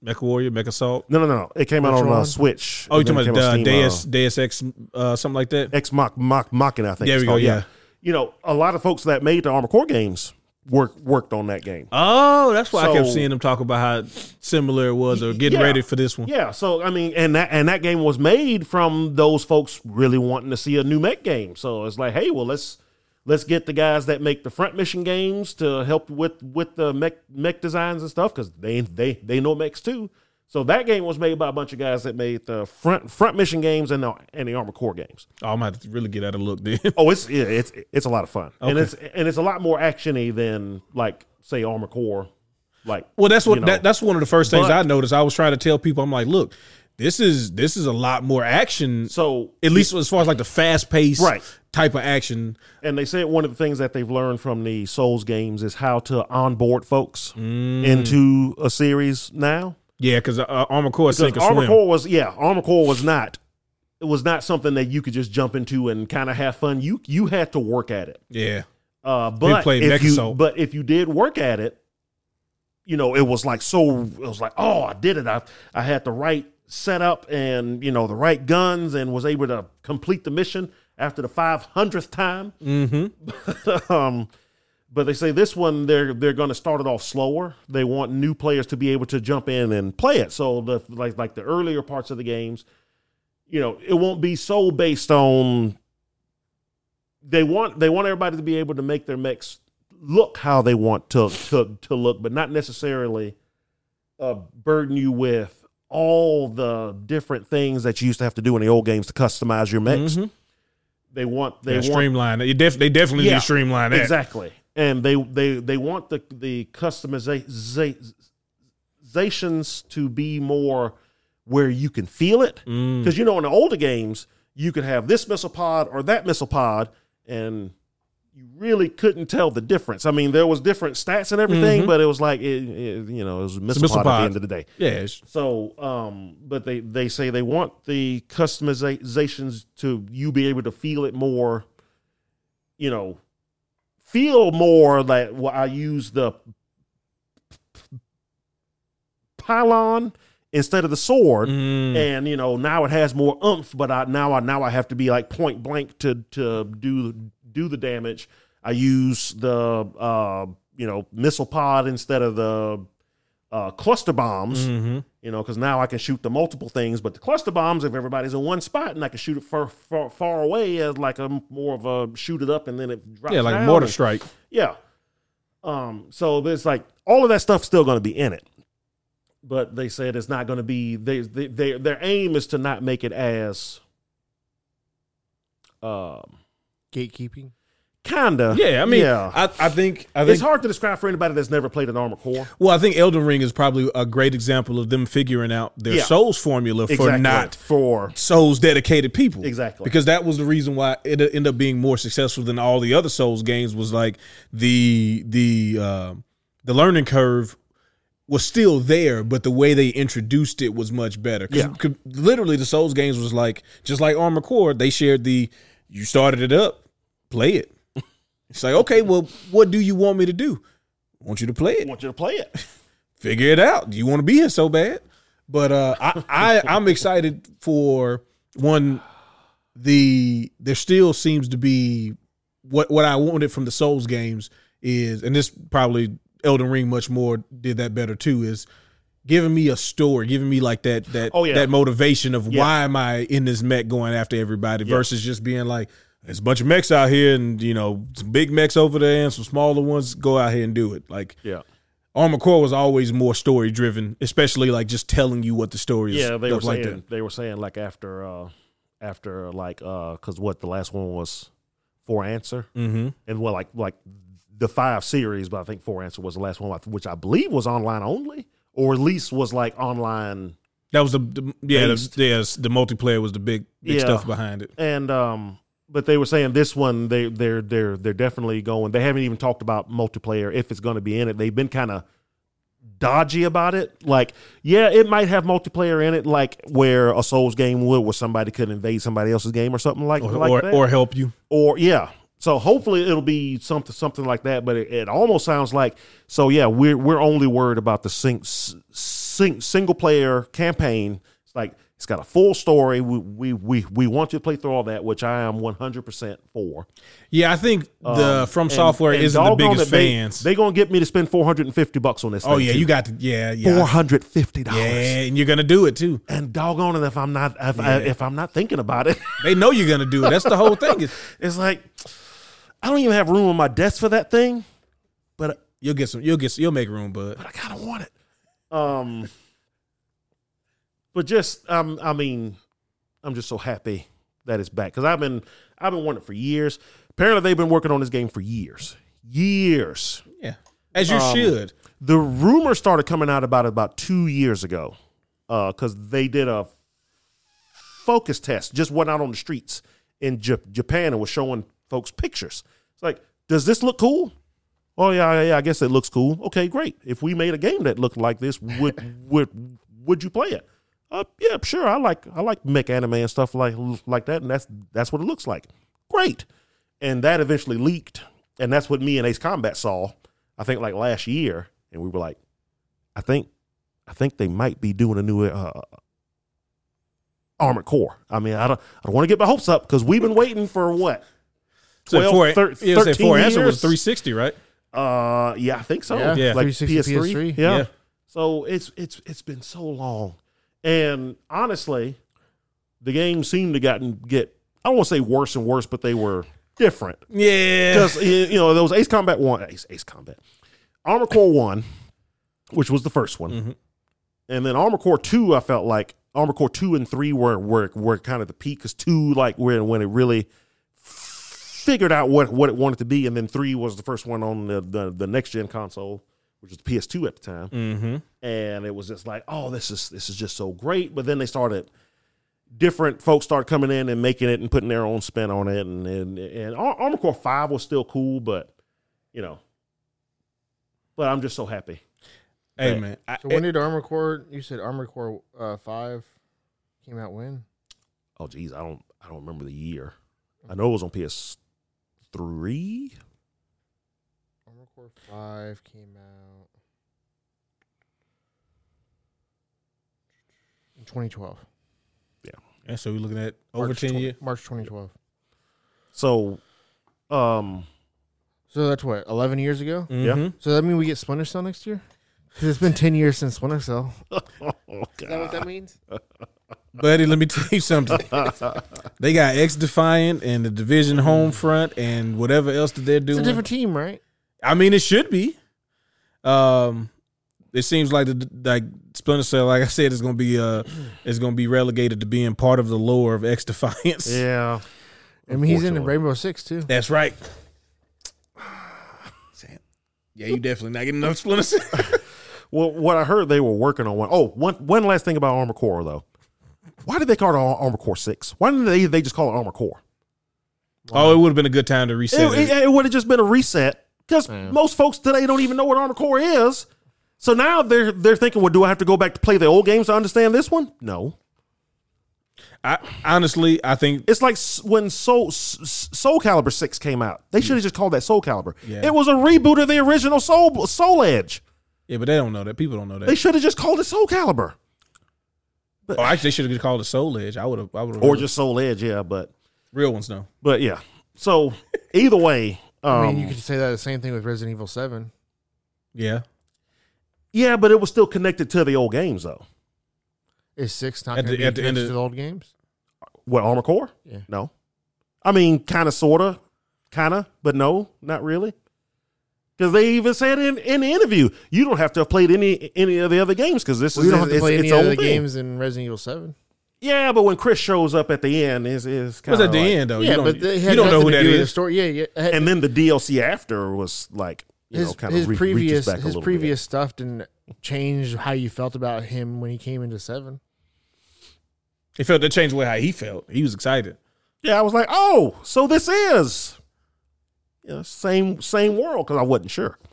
Mecha Warrior, Mecha Assault.
No, no, no. no. It came out
Which
on uh,
one?
Switch.
Oh,
And
you're
then
talking
it
about uh,
came on
Deus
Steam,
Deus Ex, uh, something like that.
uh, X Mach Mach Machina, I think.
There
it's
we go,
called.
yeah.
You know, a lot of folks that made the Armor Core games work worked on that game.
Oh, that's why I kept
So-
seeing them talk about how similar it was or getting
Yeah.
ready for this one.
Yeah, so I mean, and that and that game was made from those folks really wanting to see a new mech game. So it's like, hey, well, let's let's get the guys that make the front mission games to help with with the mech mech designs and stuff because they they they know mechs too. So that game was made by a bunch of guys that made the front front mission games and the and the armor core games.
Oh, I'm gonna have to really get out of look then.
Oh, it's yeah, it's it's a lot of fun, and
Okay.
it's and it's a lot more actiony than like say armor core, like
Well, that's what
You know.
that, that's one of the first things
But-
I noticed. I was trying to tell people, I'm like, look, this is this is a lot more action.
so
At least as far as like the fast paced
Right.
type of action.
And they said one of the things that they've learned from the Souls games is how to onboard folks
Mm.
into a series now.
Yeah, because uh, Armor Core is
Because
sink or
Armor
swim.
Core was yeah, Armor Core was not it was not something that you could just jump into and kind of have fun. You you had to work at it.
Yeah.
Uh, but
played
if you
Mechasol.
but if you did work at it, you know it was like so it was like oh I did it I I had the right setup and you know the right guns and was able to complete the mission after the five hundredth time.
Mm-hmm.
um, but they say this one they're they're going to start it off slower. They want new players to be able to jump in and play it. So the like like the earlier parts of the games, you know, it won't be so based on. They want they want everybody to be able to make their mechs look how they want to to to look, but not necessarily uh, burden you with all the different things that you used to have to do in the old games to customize your mechs.
Mhm.
They want they
They
want
streamline it. You def- they definitely need
Yeah.
to streamline that.
Exactly. And they they they want the the customizations to be more where you can feel it
Mm.
because you know in the older games you could have this missile pod or that missile pod and you really couldn't tell the difference. I mean, there was different stats and everything,
Mhm.
but it was like it, it- you know it was a missile,
missile
pod, at the
pod.
end of the day.
Yeah. it's-
So, um, but they they say they want the customizations to you be able to feel it more. You know, feel more like well, I use the pylon instead of the sword,
Mm.
and you know now it has more oomph. But I now I now I have to be like point blank to to do do the damage. I use the uh, you know missile pod instead of the uh, cluster bombs
Mhm.
you know, because now I can shoot the multiple things, but the cluster bombs, if everybody's in one spot, and I can shoot it far, far, far away as like a m- more of a shoot it up, and then it drops.
Yeah, like
down.
mortar strike.
Yeah. Um. So there's like all of that stuff's still going to be in it, but they said it's not going to be. They, they, they, their aim is to not make it as, um,
Gatekeeping.
kinda.
Yeah, I mean,
yeah.
I, I think I
it's
think
hard to describe for anybody that's never played an Armored Core.
well, I think Elden Ring is probably a great example of them figuring out their
Yeah.
Souls formula for not
for
Souls dedicated people.
Exactly.
Because that was the reason why it ended up being more successful than all the other Souls games was like the the uh, the learning curve was still there, but the way they introduced it was much better. 'Cause-
Yeah.
'cause literally the Souls games was like just like Armor Core, they shared the you started it up, play it. It's like, okay, well, what do you want me to do? I want you to play
I
it
want you to play it.
figure it out. Do you want to be here so bad? But uh, I, I I'm excited for one. The there still seems to be what what I wanted from the Souls games is, and this probably Elden Ring much more did that better too is giving me a story, giving me like that that
Oh, yeah.
that motivation of
Yeah.
why am I in this mech going after everybody
Yeah.
versus just being like. There's a bunch of mechs out here, and you know, some big mechs over there, and some smaller ones. Go out here and do it. Like,
Yeah.
Armor Core was always more story driven, especially like just telling you what the story is.
yeah they were
stuff
saying
like that.
they were saying like after uh after like uh because what the last one was for answer
Mm-hmm.
and well like like the five series but i think for answer was the last one which i believe was online only or at least was like online
That was the, the yeah, the,
Based.
yes, the multiplayer was the big big
Yeah.
stuff behind it.
and um but they were saying this one they they're they're they're definitely going they haven't even talked about multiplayer if it's going to be in it they've been kind of dodgy about it like yeah it might have multiplayer in it like where a souls game would where somebody could invade somebody else's game or something like,
Or,
like
or,
that
or help you.
or yeah. So hopefully it'll be something something like that. But it, it almost sounds like so yeah we're we're only worried about the sing, sing, single player campaign. It's like it's got a full story. We we we, we want you to play through all that, which I am one hundred percent for.
Yeah, I think the
Um,
From
and-
Software
and
isn't the
doggone
biggest
that they,
fans.
They gonna get me to spend four hundred and fifty bucks on this.
oh yeah, you got to yeah
four
yeah
hundred fifty dollars.
yeah, and you're gonna do it too.
And doggone it if I'm not if, I,
Yeah.
if I'm not thinking about it.
They know you're gonna do it. That's the whole thing. Is
it's like I don't even have room on my desk for that thing, but
you'll get some. You'll get. You'll make room, bud.
but I kind of want it. Um, but just um, I mean, I'm just so happy that it's back because I've been I've been wanting it for years. Apparently, they've been working on this game for years, years.
Yeah, as you
Um,
should.
The rumor started coming out about it about two years ago because they did a focus test, just went out on the streets in J- Japan and was showing folks pictures. It's like, does this look cool? Oh yeah, yeah, yeah, I guess it looks cool. Okay, great. If we made a game that looked like this, would would would you play it? Uh, yeah, sure. I like I like mech anime and stuff like like that, and that's that's what it looks like. Great, and that eventually leaked, and that's what me and Ace Combat saw. I think like last year, and we were like, I think, I think they might be doing a new uh, Armored Core. I mean, I don't I don't want to get my hopes up because we've been waiting for what
So
12,
four,
thir-
yeah, say
13
four answer was
years?
360, right?
Uh, yeah, I think so.
Yeah.
Yeah.
like
360,
PS3.
PS3.
Yeah.
Yeah.
So it's it's it's been so long, and honestly, the game seemed to gotten get I don't want to say worse and worse, but they were different
Yeah.
because you know there was Ace Combat One, Ace, Ace Combat, Armor Core One, which was the first one,
Mhm.
and then Armor Core Two. I felt like Armor Core Two and Three were were were kind of the peak because two like when when it really figured out what what it wanted to be, and then three was the first one on the the, the next gen console, which was the PS2 at the time
mm-hmm.
and it was just like, oh, this is this is just so great. But then they started different folks started coming in and making it and putting their own spin on it, and and and Ar- Armor Core Five was still cool, but you know, but I'm just so happy.
Hey, man. I,
So when did Armor Core? You said Armor Core uh, Five came out when?
Oh, geez, I don't I don't remember the year. I know it was on PS three.
Armor Core Five came out in 2012.
and so we're looking at
March
over 10
20
years.
March 2012.
So, um,
So that's what 11 years ago.
Yeah.
Mhm.
So that mean we get Splinter Cell next year? Because it's been 10 years since Splinter Cell.
oh, God.
that means?
Buddy, let me tell you something. they got X Defiant and the Division Home Front and whatever else that they're
It's a
doing.
different team, right?
I mean, it should be. Um, it seems like the like Splinter Cell, like I said, is going to be uh, is going to be relegated to being part of the lore of X Defiance.
yeah.
I mean, he's in
Unfortunately.
Rainbow Six too.
That's right. Sam. Yeah, you definitely not getting enough Splinter Cell.
Well, what I heard they were working on one. Oh, one one last thing about Armor Core though. Why did they call it Ar- Armor Core Six? Why didn't they they just call it Armor Core?
oh, it would have been a good time to reset.
It,
It,
would have just been a reset because
Yeah.
most folks today don't even know what Armor Core is. So now they're they're thinking, well, do I have to go back to play the old games to understand this one? No,
I, honestly, I think
it's like s- when Soul S- S- Soul Calibur Six came out. They should have just called that Soul Calibur.
Yeah.
It was a reboot of the original Soul Soul Edge.
yeah, but they don't know that. People don't know that.
They should have just called it Soul Calibur
oh, actually, they should have just called it Soul Edge. I would have. I would have.
or just Soul Edge. Yeah, but
real ones know.
but yeah. So either way, um,
I mean, you could say that the same thing with Resident Evil Seven.
Yeah,
yeah, but it was still connected to the old games though.
Is six not going
At
to
the-
be
at the end
attached
of-
to the old games?
What Armor Core?
Yeah.
No. I mean, kind of, sorta, kind of, but no, not really. Because they even said in, in the interview, you don't have to have played any any of the other games because this
We
is
don't have to
it's,
play
its
any of
own
the
thing.
games in Resident Evil Seven.
Yeah, but when Chris shows up at the end, is is
it was
kind
at
of
the
like,
end though.
yeah,
Oh, you don't,
but they had
you don't know
nothing
who
to
that
do with the
is.
story. Yeah, yeah. It had-
and then the DLC after was like you
his
know kind
his
of re- reaches
previous
back a
his
little bit.
previous stuff didn't change how you felt about him when he came into Seven.
It felt that changed the way how he felt. He was excited.
Yeah, I was like, oh, so this is you know, same same world because I wasn't sure. I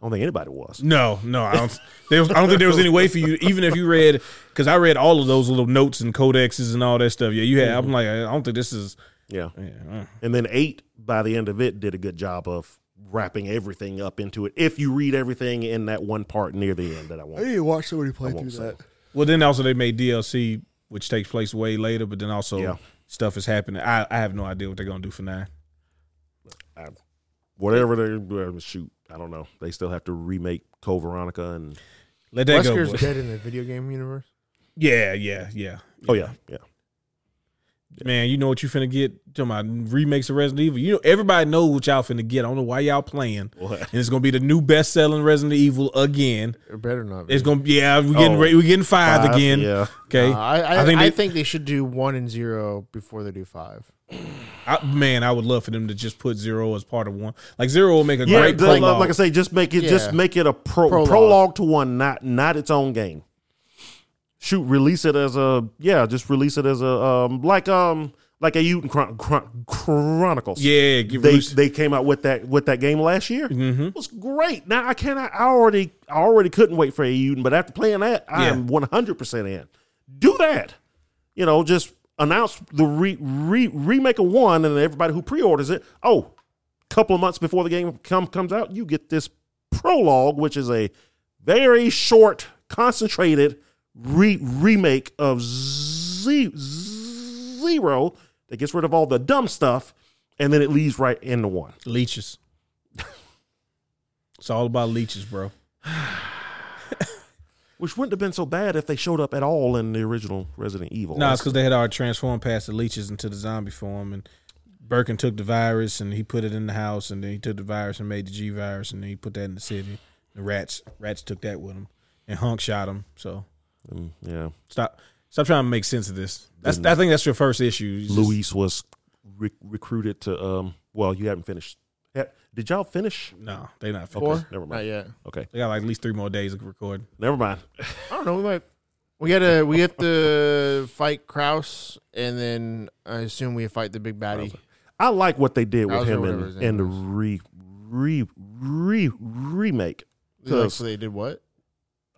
don't think anybody was.
No, no, I don't. There was, I don't think there was any way for you, even if you read, because I read all of those little notes and codexes and all that stuff. Yeah, you had. I'm like, I don't think this is.
Yeah.
Yeah, uh,
And then eight, by the end of it, did a good job of wrapping everything up into it. If you read everything in that one part near the end that I want,
need to watch somebody play
I won't say.
Well, then also they made DLC, which takes place way later, but then also
Yeah.
stuff is happening. I, I have no idea what they're gonna do for nine.
whatever they uh, shoot, I don't know. They still have to remake Co Veronica and
Let that
Wesker's
go. boy.
dead in the video game universe.
Yeah, yeah, yeah.
oh yeah, yeah,
Man, you know what you finna get? Talking about remakes of Resident Evil. You know everybody knows what y'all finna get. I don't know why y'all playing.
What?
And it's gonna be the new best selling Resident Evil again.
It better not. Be.
It's gonna be yeah, we're getting
Oh,
ready, we're getting five,
Five,
again.
Yeah,
Okay.
Uh, I, I,
I
I,
think
think
they-
they should do one and zero before they do five.
I, man, I would love for them to just put zero as part of one. Like zero will make a
yeah.
great
the-
prologue.
like I say, just make it just
Yeah.
make it a pro, prologue.
Prologue.
to one, not not its own game. Shoot, release it as a yeah, just release it as a um like um like a Uton Chron- Chron- Chronicles.
yeah, get
they
released.
they came out with that with that game last year. Mm-hmm. It was great. Now I cannot. I already I already couldn't wait for Auden, but after playing that, I
Yeah.
am one hundred percent in. do that. You know, just announce the re, re, remake of one, and then everybody who pre-orders it, oh, couple of months before the game come, comes out, you get this prologue, which is a very short, concentrated re, remake of Z, Zero that gets rid of all the dumb stuff, and then it leads right into one.
Leeches. it's all about leeches, bro.
Which wouldn't have been so bad if they showed up at all in the original Resident Evil.
No, it's because they had already transformed past the leeches into the zombie form, and Birkin took the virus and he put it in the house, and then he took the virus and made the G virus, and then he put that in the city. The rats, rats took that with him, and Hunk shot him. So
Mm, yeah.
stop, stop trying to make sense of this. That's, I think that's your first issue. It's just-
Luis was re- recruited to. Um, well, you haven't finished. Ha- Did y'all finish?
no, they not finished.
Four?
never mind.
Not yet.
Okay,
They got like at least three more days of recording.
never mind.
I don't know. We might. We gotta. We have to fight Kraus, and then I assume we fight the big baddie.
I like what they did
That
with
was
him
whatever his
in,
name
in the re re re remake.
Like,
'Cause
so they did what?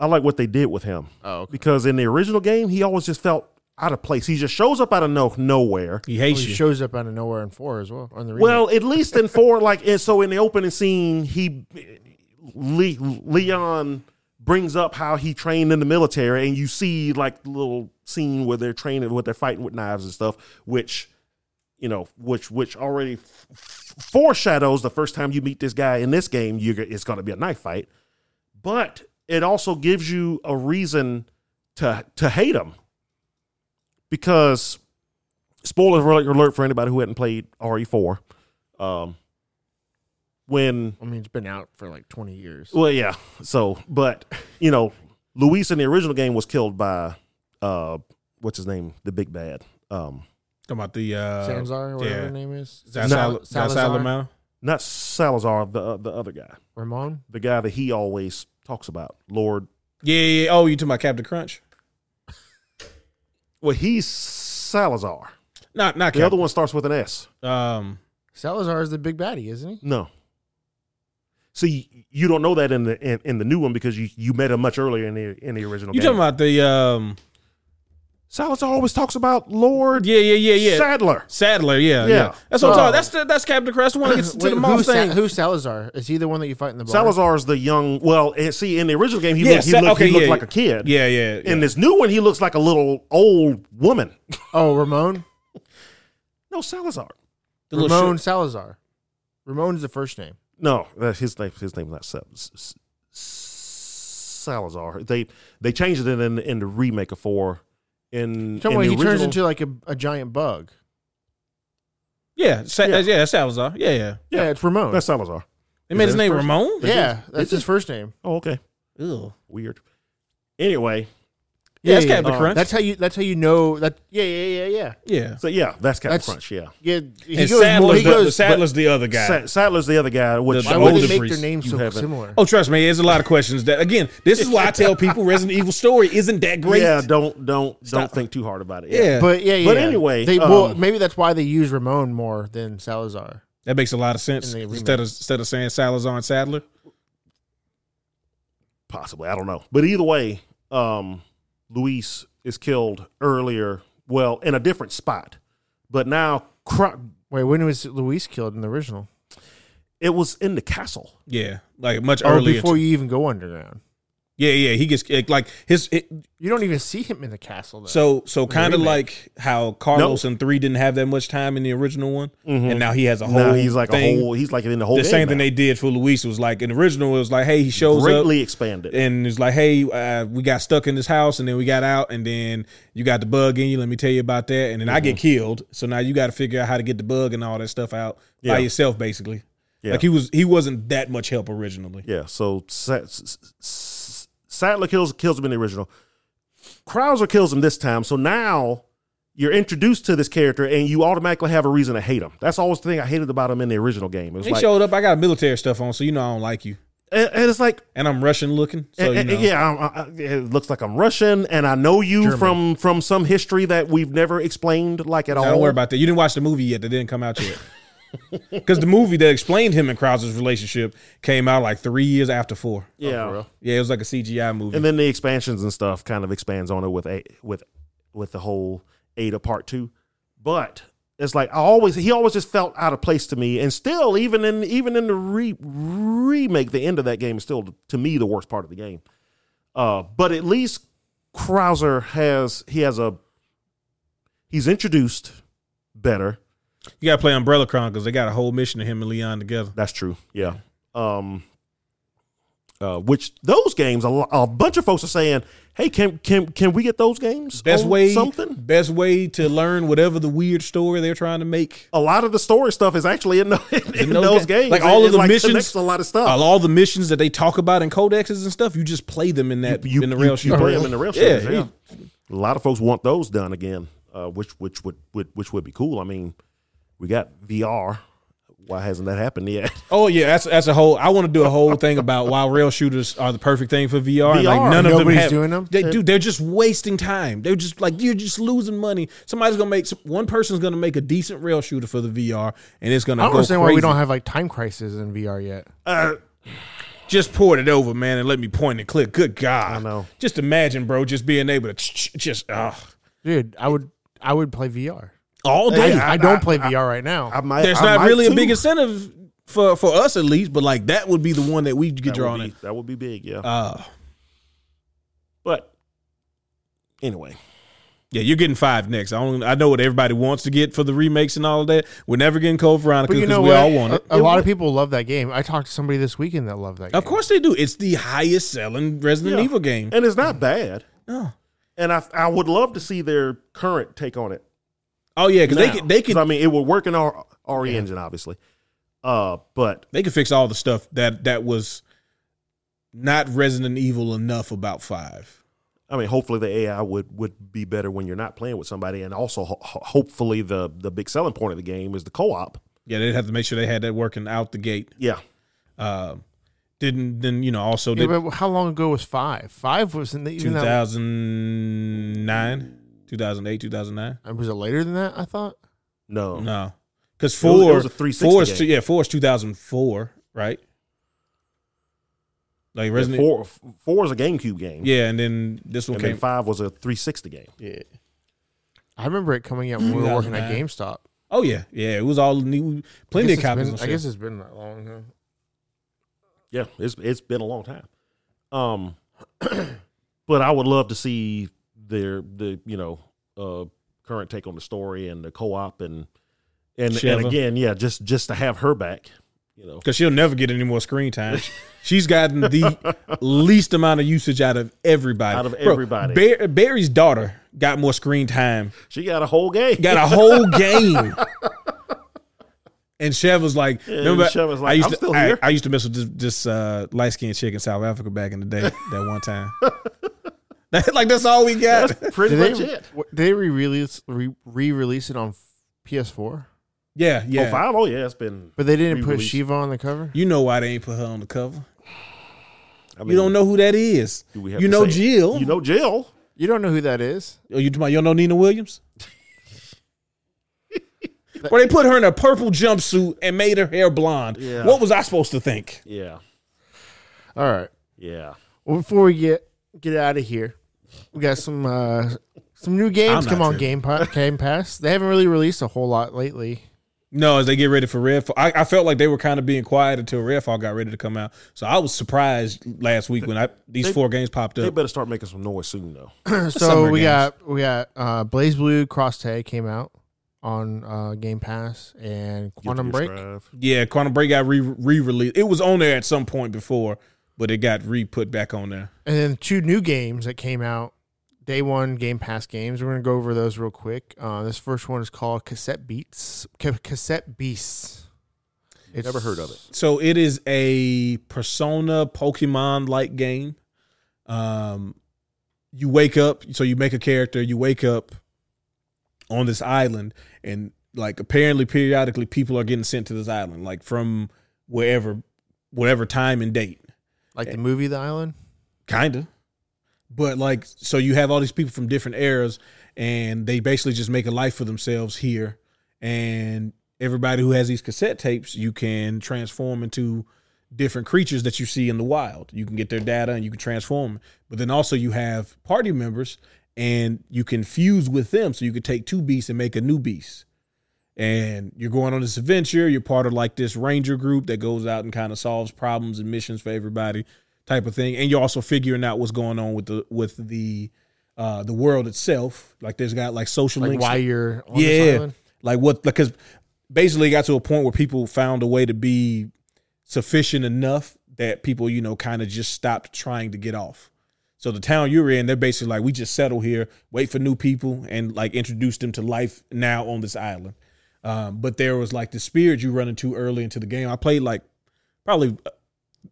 I like what they did with him
Oh, okay.
because in the original game, he always just felt out of place. He just shows up out of no nowhere.
He
Well,
hates
he
you.
shows up out of nowhere in four as well. On the remake.
Well, at least in four, like and so in the opening scene, he Le, Leon brings up how he trained in the military, and you see like the little scene where they're training, what they're fighting with knives and stuff, which you know, which which already f- f- foreshadows the first time you meet this guy in this game, you it's going to be a knife fight, but it also gives you a reason to to hate him because spoiler alert for anybody who hadn't played E RE4. Um, when
I mean, it's been out for like twenty years.
well, yeah. So, but you know, Luis in the original game was killed by uh, what's his name, the big bad. Um,
Talking about the uh,
Sanzar, or whatever
yeah.
her name is.
Zal-
Sal-
Zal- Zal-
Salazar?
Salamau?
not Salazar, the uh, the other guy,
Ramon.
the guy that he always talks about, Lord.
Yeah, yeah. yeah. Oh, you talking about Captain Crunch?
Well, he's Salazar.
Not, not
The other
Captain.
one starts with an S.
Um,
Salazar is the big baddie, isn't he?
No. See, you don't know that in the in, in the new one because you, you met him much earlier in the in the original.
you
game.
talking about the um?
Salazar always talks about Lord
Yeah, yeah, yeah, yeah.
Sadler.
Saddler, yeah,
Yeah.
yeah. That's what I'm
Oh.
talking. That's the, that's Captain Crest, the one that gets to
Wait,
the mouth
who's, Sa-
thing.
who's Salazar? Is he the one that you fight in the bar?
Salazar is the young. Well, and see, in the original game, he
Yeah,
looked, he
Sa-
looked, he
okay,
looked
yeah.
like a kid.
yeah, yeah, yeah.
In this new one, he looks like a little old woman.
Oh, Ramon.
No, Salazar.
the little
Ramon
shit.
Salazar. Ramon's the first name.
No, that's his name. His name's not Sa- S- S- Salazar. They they changed it in in the remake of four. In,
Tell
in
me, he
the
turns
original-
into like a, a giant bug.
yeah, Sa-
Yeah.
yeah, Salazar, yeah, yeah.
Yeah.
Yeah, it's Ramon.
that's Salazar.
They made
Is
his
that
name
his first-
Ramon.
yeah,
It is.
that's
It
his first name.
Oh, okay.
Ew.
Weird. Anyway,
Yeah, it's Captain
uh,
Crunch.
That's how you. That's how you know that. Yeah, yeah, yeah, yeah.
Yeah,
so yeah, that's Captain
That's-
Crunch. Yeah.
Yeah, he goes.
and
more,
Sadler's,
he
the,
goes.
Sadler's the other guy.
Sa- Sadler's the other guy. Which
The-
why
the
I
would
would
older
they
have-
make
priest.
their names
You
so
haven't.
similar?
Oh, trust me, there's a lot of questions that again. This is why I tell people Resident Evil story isn't that great.
Yeah, don't don't don't
Stop.
think too hard about it.
yeah.
but yeah, yeah.
But anyway,
they well,
um,
maybe that's why they use Ramon more than Salazar.
that makes a lot of sense.
And they remade
Instead of instead of saying Salazar and Sadler,
possibly i don't know but either way um luis is killed earlier well in a different spot but now cro-
Wait, when was Luis killed in the original?
it was in the castle
yeah, like much
Or
earlier.
before you even go underground.
yeah, yeah, he gets like his it,
You don't even see him in the castle. Though.
So so kind of
remake.
like how Carlos in three didn't have that much time in the original one, and now he has a whole.
Mm-hmm. now he's like
thing.
a whole he's like in the whole
The
game
same thing
now.
they did for Luis was like in the original it was like, hey, he shows
greatly
up
expanded
and it's like, hey, uh, we got stuck in this house and then we got out and then you got the bug in you. Let me tell you about that. And then I
Mm-hmm.
get killed, so now you got to figure out how to get the bug and all that stuff out
Yeah.
by yourself, basically.
Yeah.
Like he was he wasn't that much help originally.
yeah so Sa- S- S- sadler kills kills him in the original krauser kills him this time so now you're introduced to this character and you automatically have a reason to hate him that's always the thing i hated about him in the original game it was
He
like
showed up. I got military stuff on, so you know I don't like you,
and, and it's like
and I'm Russian looking. So
And-
you
and-
know.
Eh, yeah, I, I, it looks like I'm Russian, and I know you from from some history that we've never explained, like at all.
Now, don't worry about that. You didn't watch the movie yet. That didn't come out yet. Because the movie that explained him and Krauser's relationship came out like three years after four.
yeah.
for real?
Yeah, it was like a CGI movie.
and then the expansions and stuff kind of expands on it with a with with the whole Ada Part Two, but it's like I always he always just felt out of place to me, and still even in even in the re, remake, the end of that game is still to me the worst part of the game. Uh, but at least Krauser has he has a he's introduced better.
You gotta play Umbrella Chronicles. They got a whole mission of him and Leon together.
That's true. Yeah. Um. Uh, which those games, a, lo- a bunch of folks are saying, "Hey, can can can we get those games?
Best
on
way
Oh, something."
Best way to learn whatever the weird story they're trying to make.
A lot of the story stuff is actually in, the, in,
In those
those
ga-
games,
like
It-
all of
it,
the missions-
connects a lot of stuff.
All, all the missions that they talk about in codexes and stuff, you just play them in that
you,
in the
you-
rail
you
shooter.
play them in the rail
Yeah,
shooters,
yeah.
A lot of folks want those done again, uh, which which would, would which would be cool. I mean, we got VR. Why hasn't that happened yet?
Oh yeah, that's that's a whole. I want to do a whole thing about why rail shooters are the perfect thing for VR. and
VR.
like none of them
Nobody's
have,
doing them?
They, dude, they're just wasting time. They're just like you're just losing money. Somebody's gonna make one person's gonna make a decent rail shooter for the VR, and it's gonna
I don't
go
understand
crazy.
why we don't have like time crisis in VR yet.
Uh,
just poured it over, man, and let me point and click. Good God,
I know.
Just imagine, bro, just being able to ch- ch- just ah
Dude, I would I would play VR.
all
I,
day.
I-
I don't
I-
play VR right now.
I might.
There's
I
not
might
really
too.
a big incentive for for us at least, but like that would be the one that we could
That
drawn
would,
in.
be, that would be big, yeah.
Uh,
but anyway,
Yeah, you're getting five next. I don't. I know what everybody wants to get for the remakes and all of that. We're never getting Code Veronica
but you
because
know
we
what?
all want
a,
it.
a lot of people love that game. I talked to somebody this weekend that loved that game.
Of course they do. It's the highest selling Resident
Yeah.
Evil game.
and it's not bad.
No.
And I I would love to see their current take on it.
Oh yeah, because they
now.
could they
'Cause, I
could
mean, it would work in our our engine, obviously. Uh, but
they could fix all the stuff that that was not Resident Evil enough about five.
I mean, hopefully the AI would would be better when you're not playing with somebody, and also ho- ho- hopefully the the big selling point of the game is the co-op.
Yeah, they'd have to make sure they had that working out the gate.
Yeah,
Uh, didn't then you know also
Yeah,
did
but how long ago was five? Five was in the,
two
even that,
thousand nine, two thousand eight, two thousand nine.
was it later than that? I thought.
no,
No, because
It was- it
four
was a 360
four is
game.
two, yeah four is two thousand four, right? Like Resident, yeah,
four f- four is a GameCube game.
and then this one
and
came.
then five was a 360 game.
yeah.
I remember it coming out when we were working at GameStop.
Oh yeah, yeah. It was all new,
I
plenty of
guess it's
copies.
been-
and
I
shit.
guess it's been that long. Huh?
Yeah, it's it's been a long time. Um, but I would love to see their the you know uh current take on the story and the co-op and and and
Shiva.
again, yeah, just just to have her back, you know.
because she'll never get any more screen time. She's gotten the least amount of usage out of everybody.
Out of
Bro,
everybody.
Bar- Barry's daughter got more screen time.
She got a whole game.
Got a whole game. And Chev was like, remember,
Chev was like,
I used
"I'm
to,
still
I-
here."
I, used to mess with this, this uh, light skinned chick in South Africa back in the day. That one time, like that's all we got.
Pretty
Did
much
they,
it.
w- they re-release re- re-release it on f- PS4,
yeah,
Oh,
yeah.
five? Oh, yeah, it's been.
but they didn't put
Re-release.
Shiva on the cover.
You know why they ain't put her on the cover?
I mean,
You don't know who that is.
do we have
you
to
know
say it?
Jill.
You know Jill.
You don't know who that is.
Oh, you, talking about- you don't know Nina Williams? Where they put her in a purple jumpsuit and made her hair blonde.
Yeah.
What was I supposed to think?
Yeah,
All right.
yeah.
Well, before we get get out of here, we got some uh, some new games
not
come on
tripping.
Game pa- Game Pass. They haven't really released a whole lot lately.
No, as they get ready for Redfall, I, I felt like they were kind of being quiet until Redfall got ready to come out. So I was surprised last week when I these
They-
four games popped
They
up.
better start making some noise soon, though.
so
summer
we
games.
got we got uh, Blaze Blue Cross Tag came out on uh, Game Pass and Quantum
Guilty
Break.
as Drive.
Yeah, Quantum Break got re released. It was on there at some point before, but it got re put back on there.
And then two new games that came out day one Game Pass games. We're gonna go over those real quick. Uh, this first one is called Cassette Beats. Ca- Cassette Beasts. It's,
Never heard of it.
So it is a persona Pokemon like game. Um you wake up, so you make a character, you wake up on this island and like apparently periodically people are getting sent to this island like from wherever whatever time and date.
Like the movie The Island.
Kinda. But like so you have all these people from different eras and they basically just make a life for themselves here. And everybody who has these cassette tapes, you can transform into different creatures that you see in the wild. You can get their data and you can transform. But then also you have party members and you can fuse with them. So you could take two beasts and make a new beast. And you're going on this adventure. You're part of like this ranger group that goes out and kind of solves problems and missions for everybody, type of thing. And you're also figuring out what's going on with the with the uh, the world itself. Like there's got like social
Like
links
why you're on
yeah,
this island.
like what because basically it got to a point where people found a way to be sufficient enough that people you know kind of just stopped trying to get off so the town you're in they're basically like we just settle here wait for new people and like introduce them to life now on this island um, but there was like the spirit you run into early into the game i played like probably uh,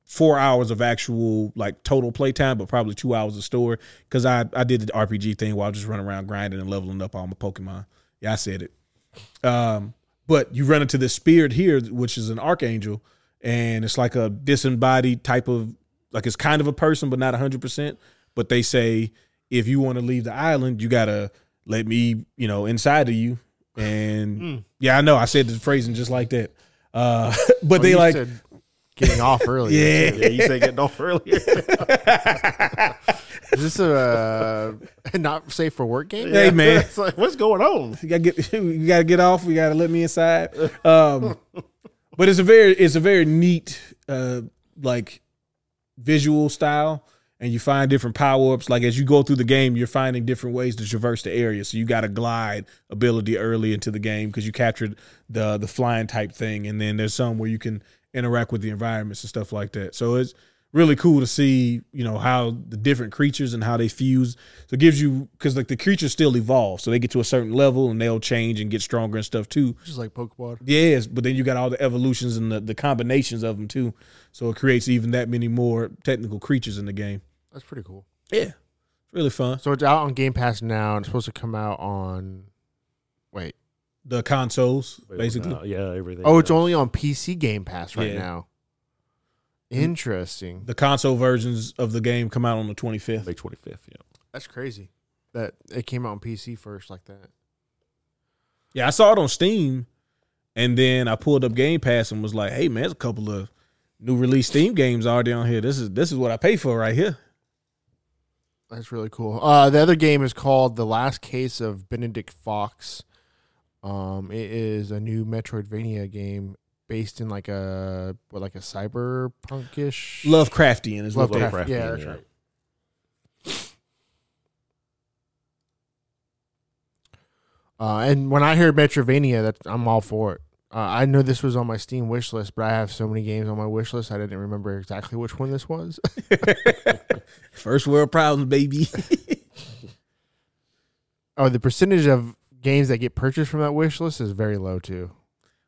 four hours of actual like total playtime, but probably two hours of story because I I did the RPG thing while I just running around grinding and leveling up all my Pokemon. Yeah, I said it. Um, but you run into this spirit here, which is an archangel, and it's like a disembodied type of like it's kind of a person, but not hundred percent. But they say if you want to leave the island, you gotta let me, you know, inside of you. And yeah, I know I said the phrasing just like that. Uh,
Well,
but they
Oh, you
like
said getting off early.
yeah,
Yeah, you said getting off earlier.
Is this a uh, not safe for work game?
Hey man,
it's like, what's going on?
you gotta get you gotta get off. You gotta let me inside. Um, but it's a very it's a very neat uh, like visual style, and you find different power ups. Like as you go through the game, you're finding different ways to traverse the area. So you got a glide ability early into the game because you captured the the flying type thing, and then there's some where you can interact with the environments and stuff like that. So it's really cool to see you know how the different creatures and how they fuse so it gives you because like the creatures still evolve so they get to a certain level and they'll change and get stronger and stuff too
Just like Pokeball.
Yes, but then you got all the evolutions and the, the combinations of them too. So it creates even that many more technical creatures in the game.
That's pretty cool.
Yeah. It's really fun.
So it's out on Game Pass now, and it's supposed to come out on. Wait.
The consoles,
Wait,
basically.
no, yeah, everything.
Oh, it's
else.
only on PC Game Pass right
Yeah.
now. Interesting.
The console versions of the game come out on the 25th.
May twenty fifth. Yeah.
That's crazy that it came out on PC first like that.
Yeah, I saw it on Steam, and then I pulled up Game Pass and was like, "Hey, man, there's a couple of new release Steam games already on here. This is this is what I pay for right here."
That's really cool. Uh, the other game is called The Last Case of Benedict Fox. Um, it is a new Metroidvania game based in like a what, like a cyberpunkish.
Lovecraftian is what.
Lovecraftian,
Lovecraft- yeah, that's right. Uh, and when I hear Metrovania, that I'm all for it. Uh, I know this was on my Steam wish list, but I have so many games on my wish list, I didn't remember exactly which one this was.
First world problems, baby.
oh, the percentage of games that get purchased from that wish list is very low too.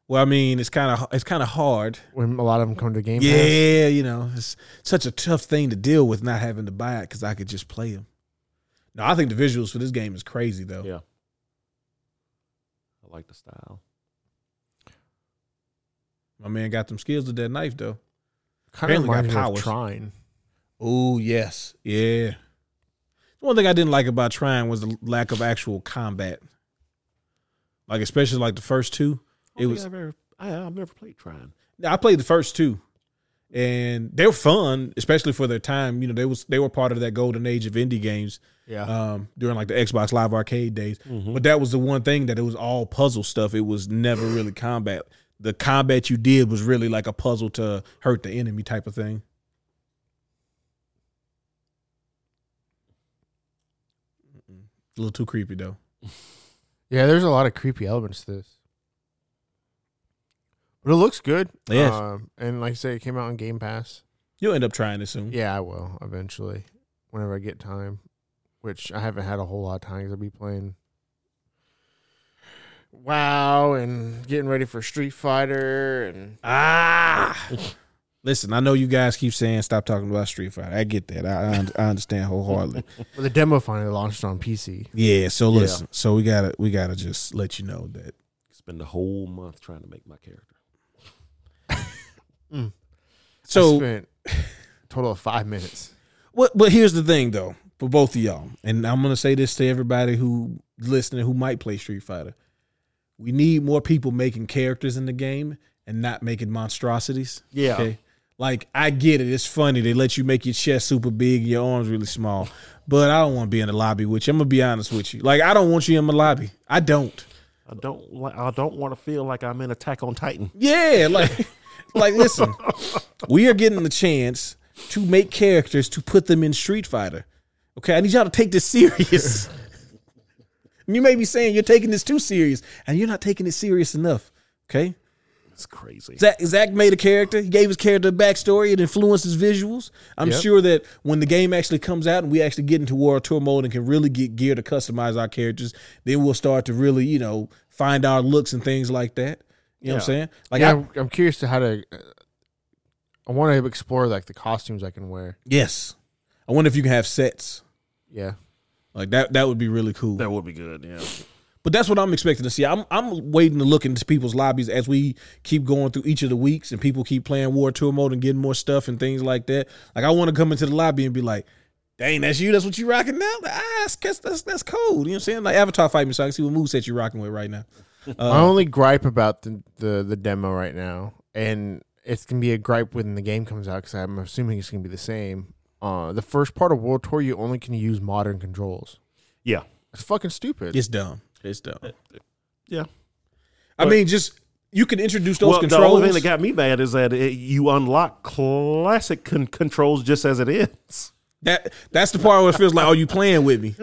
well, I mean, it's kind of it's kind of hard
When a lot of them come to Game Pass,
Yeah, you know, it's such a tough thing to deal with not having to buy it because I could just play them. No, I think the visuals for this game is crazy though.
Yeah. I like the style.
My man got them skills with that knife though.
kind of
Apparently got
reminds me of
powers.
Trine.
Oh yes, yeah. The one thing I didn't like about trying was the lack of actual combat. Like especially like the first two,
Oh
it was.
I've never, I, have never played Trine.
Now, I played the first two, and they were fun, especially for their time. You know, they was they were part of that golden age of indie games.
Yeah,
um, during like the Xbox Live Arcade days. But that was the one thing that it was all puzzle stuff. It was never really combat. The combat you did was really like a puzzle to hurt the enemy type of thing. Mm-mm. A little too creepy though.
yeah. There's a lot of creepy elements to this, but it looks good.
Yes.
Um, and like I say, it came out on Game Pass.
You'll end up trying it soon.
Yeah, I will eventually, whenever I get time, which I haven't had a whole lot of time because I'll be playing WoW and getting ready for Street Fighter and
Ah. Listen, I know you guys keep saying stop talking about Street Fighter. I get that. I, I un- I understand wholeheartedly.
well, the demo finally launched on PC.
yeah. So
Yeah.
listen. So we gotta we gotta just let you know that
Spend the whole month trying to make my character.
so
I spent a total of five minutes.
Well, but here's the thing though, for both of y'all, and I'm gonna say this to everybody who listening who might play Street Fighter. We need more people making characters in the game and not making monstrosities.
Yeah.
Okay. Like I get it, it's funny. They let you make your chest super big, and your arms really small. But I don't want to be in the lobby with you. I'm gonna be honest with you. Like I don't want you in my lobby. I don't.
I don't. li- I don't want to feel like I'm in Attack on Titan.
Yeah, like like listen. we are getting the chance to make characters to put them in Street Fighter. Okay, I need y'all to take this serious. you may be saying you're taking this too serious, and you're not taking it serious enough. Okay?
It's crazy.
Zach, Zach made a character. He gave his character a backstory. It influenced his visuals. I'm
Yep.
sure that when the game actually comes out and we actually get into World Tour mode and can really get geared to customize our characters, then we'll start to really, you know, find our looks and things like that. You know what I'm
Yeah.
saying? Like,
yeah,
I-
I'm, I'm curious to how to. uh, I want to explore like the costumes I can wear.
yes. I wonder if you can have sets.
Yeah,
Like that that would be really cool.
That would be good. Yeah.
But that's what I'm expecting to see. I'm I'm waiting to look into people's lobbies as we keep going through each of the weeks and people keep playing War Tour mode and getting more stuff and things like that. Like I want to come into the lobby and be like, "Dang, that's you. That's what you rocking now. Like, ah, that's that's that's, that's cold." You know what I'm saying? Like Avatar fight me so I can see what moveset you're rocking with right now.
my only gripe about the, the the demo right now, and it's gonna be a gripe when the game comes out because I'm assuming it's gonna be the same. Uh, the first part of World Tour, you only can use modern controls.
Yeah.
It's fucking stupid.
It's dumb. It's dumb.
Yeah.
I mean, just you can introduce those
well, the
controls.
only thing that got me bad is that it, you unlock classic con- controls just as it is.
That that's the part where it feels like, "Are you playing with me?"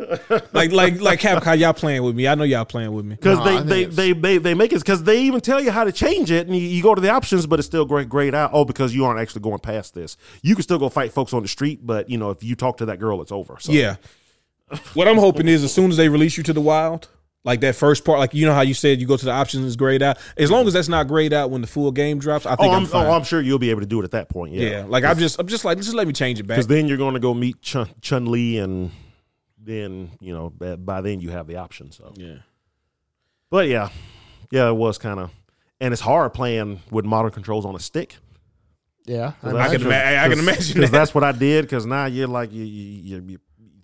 Like like like Capcom, y'all playing with me. I know y'all playing with me.
Because
No, I think
they,
it's-
they, they, they, they make it because they even tell you how to change it, and you, you go to the options, but it's still great grayed out. Oh, because you aren't actually going past this. You can still go fight folks on the street, but you know if you talk to that girl, it's over. So.
Yeah. What I'm hoping is as soon as they release you to the wild, like that first part, like you know how you said you go to the options is grayed out. As long as that's not grayed out when the full game drops, I
Oh,
think I'm,
I'm,
fine.
oh, I'm sure you'll be able to do it at that point.
yeah.
Yeah.
Like I'm just I'm just like just let me change it back.
Because then you're going to go meet Chun, Chun Li, and then you know by- by then you have the option. So.
yeah.
But yeah, yeah, it was kind of, and it's hard playing with modern controls on a stick.
yeah, I
I
imagine.
can ima- I can imagine
because
that.
that's what I did. Because now you're like you you you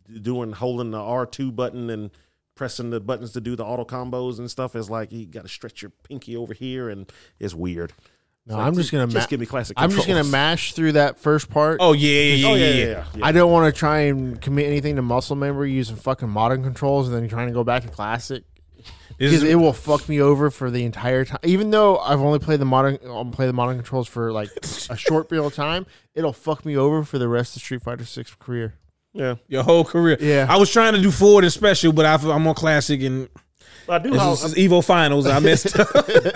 you're doing holding the R two button and pressing the buttons to do the auto combos and stuff. It's like you got to stretch your pinky over here, and it's weird.
No,
It's like,
I'm just gonna
just
ma-
give me classic.
I'm just gonna
controls.
mash through that first part.
Oh yeah, yeah, yeah,
Oh yeah,
yeah. yeah.
yeah, yeah.
I don't want to try and commit anything to muscle memory using fucking modern controls and then trying to go back to classic.
This
Because
is-
it will fuck me over for the entire time. Even though I've only played the modern, I'll play the modern controls for like a short period of time, it'll fuck me over for the rest of Street Fighter Six career.
yeah.
your whole career.
Yeah.
I was trying to do forward and special, but I, am on classic and
I do,
this
how, uh,
is, this is Evo Finals. I messed up.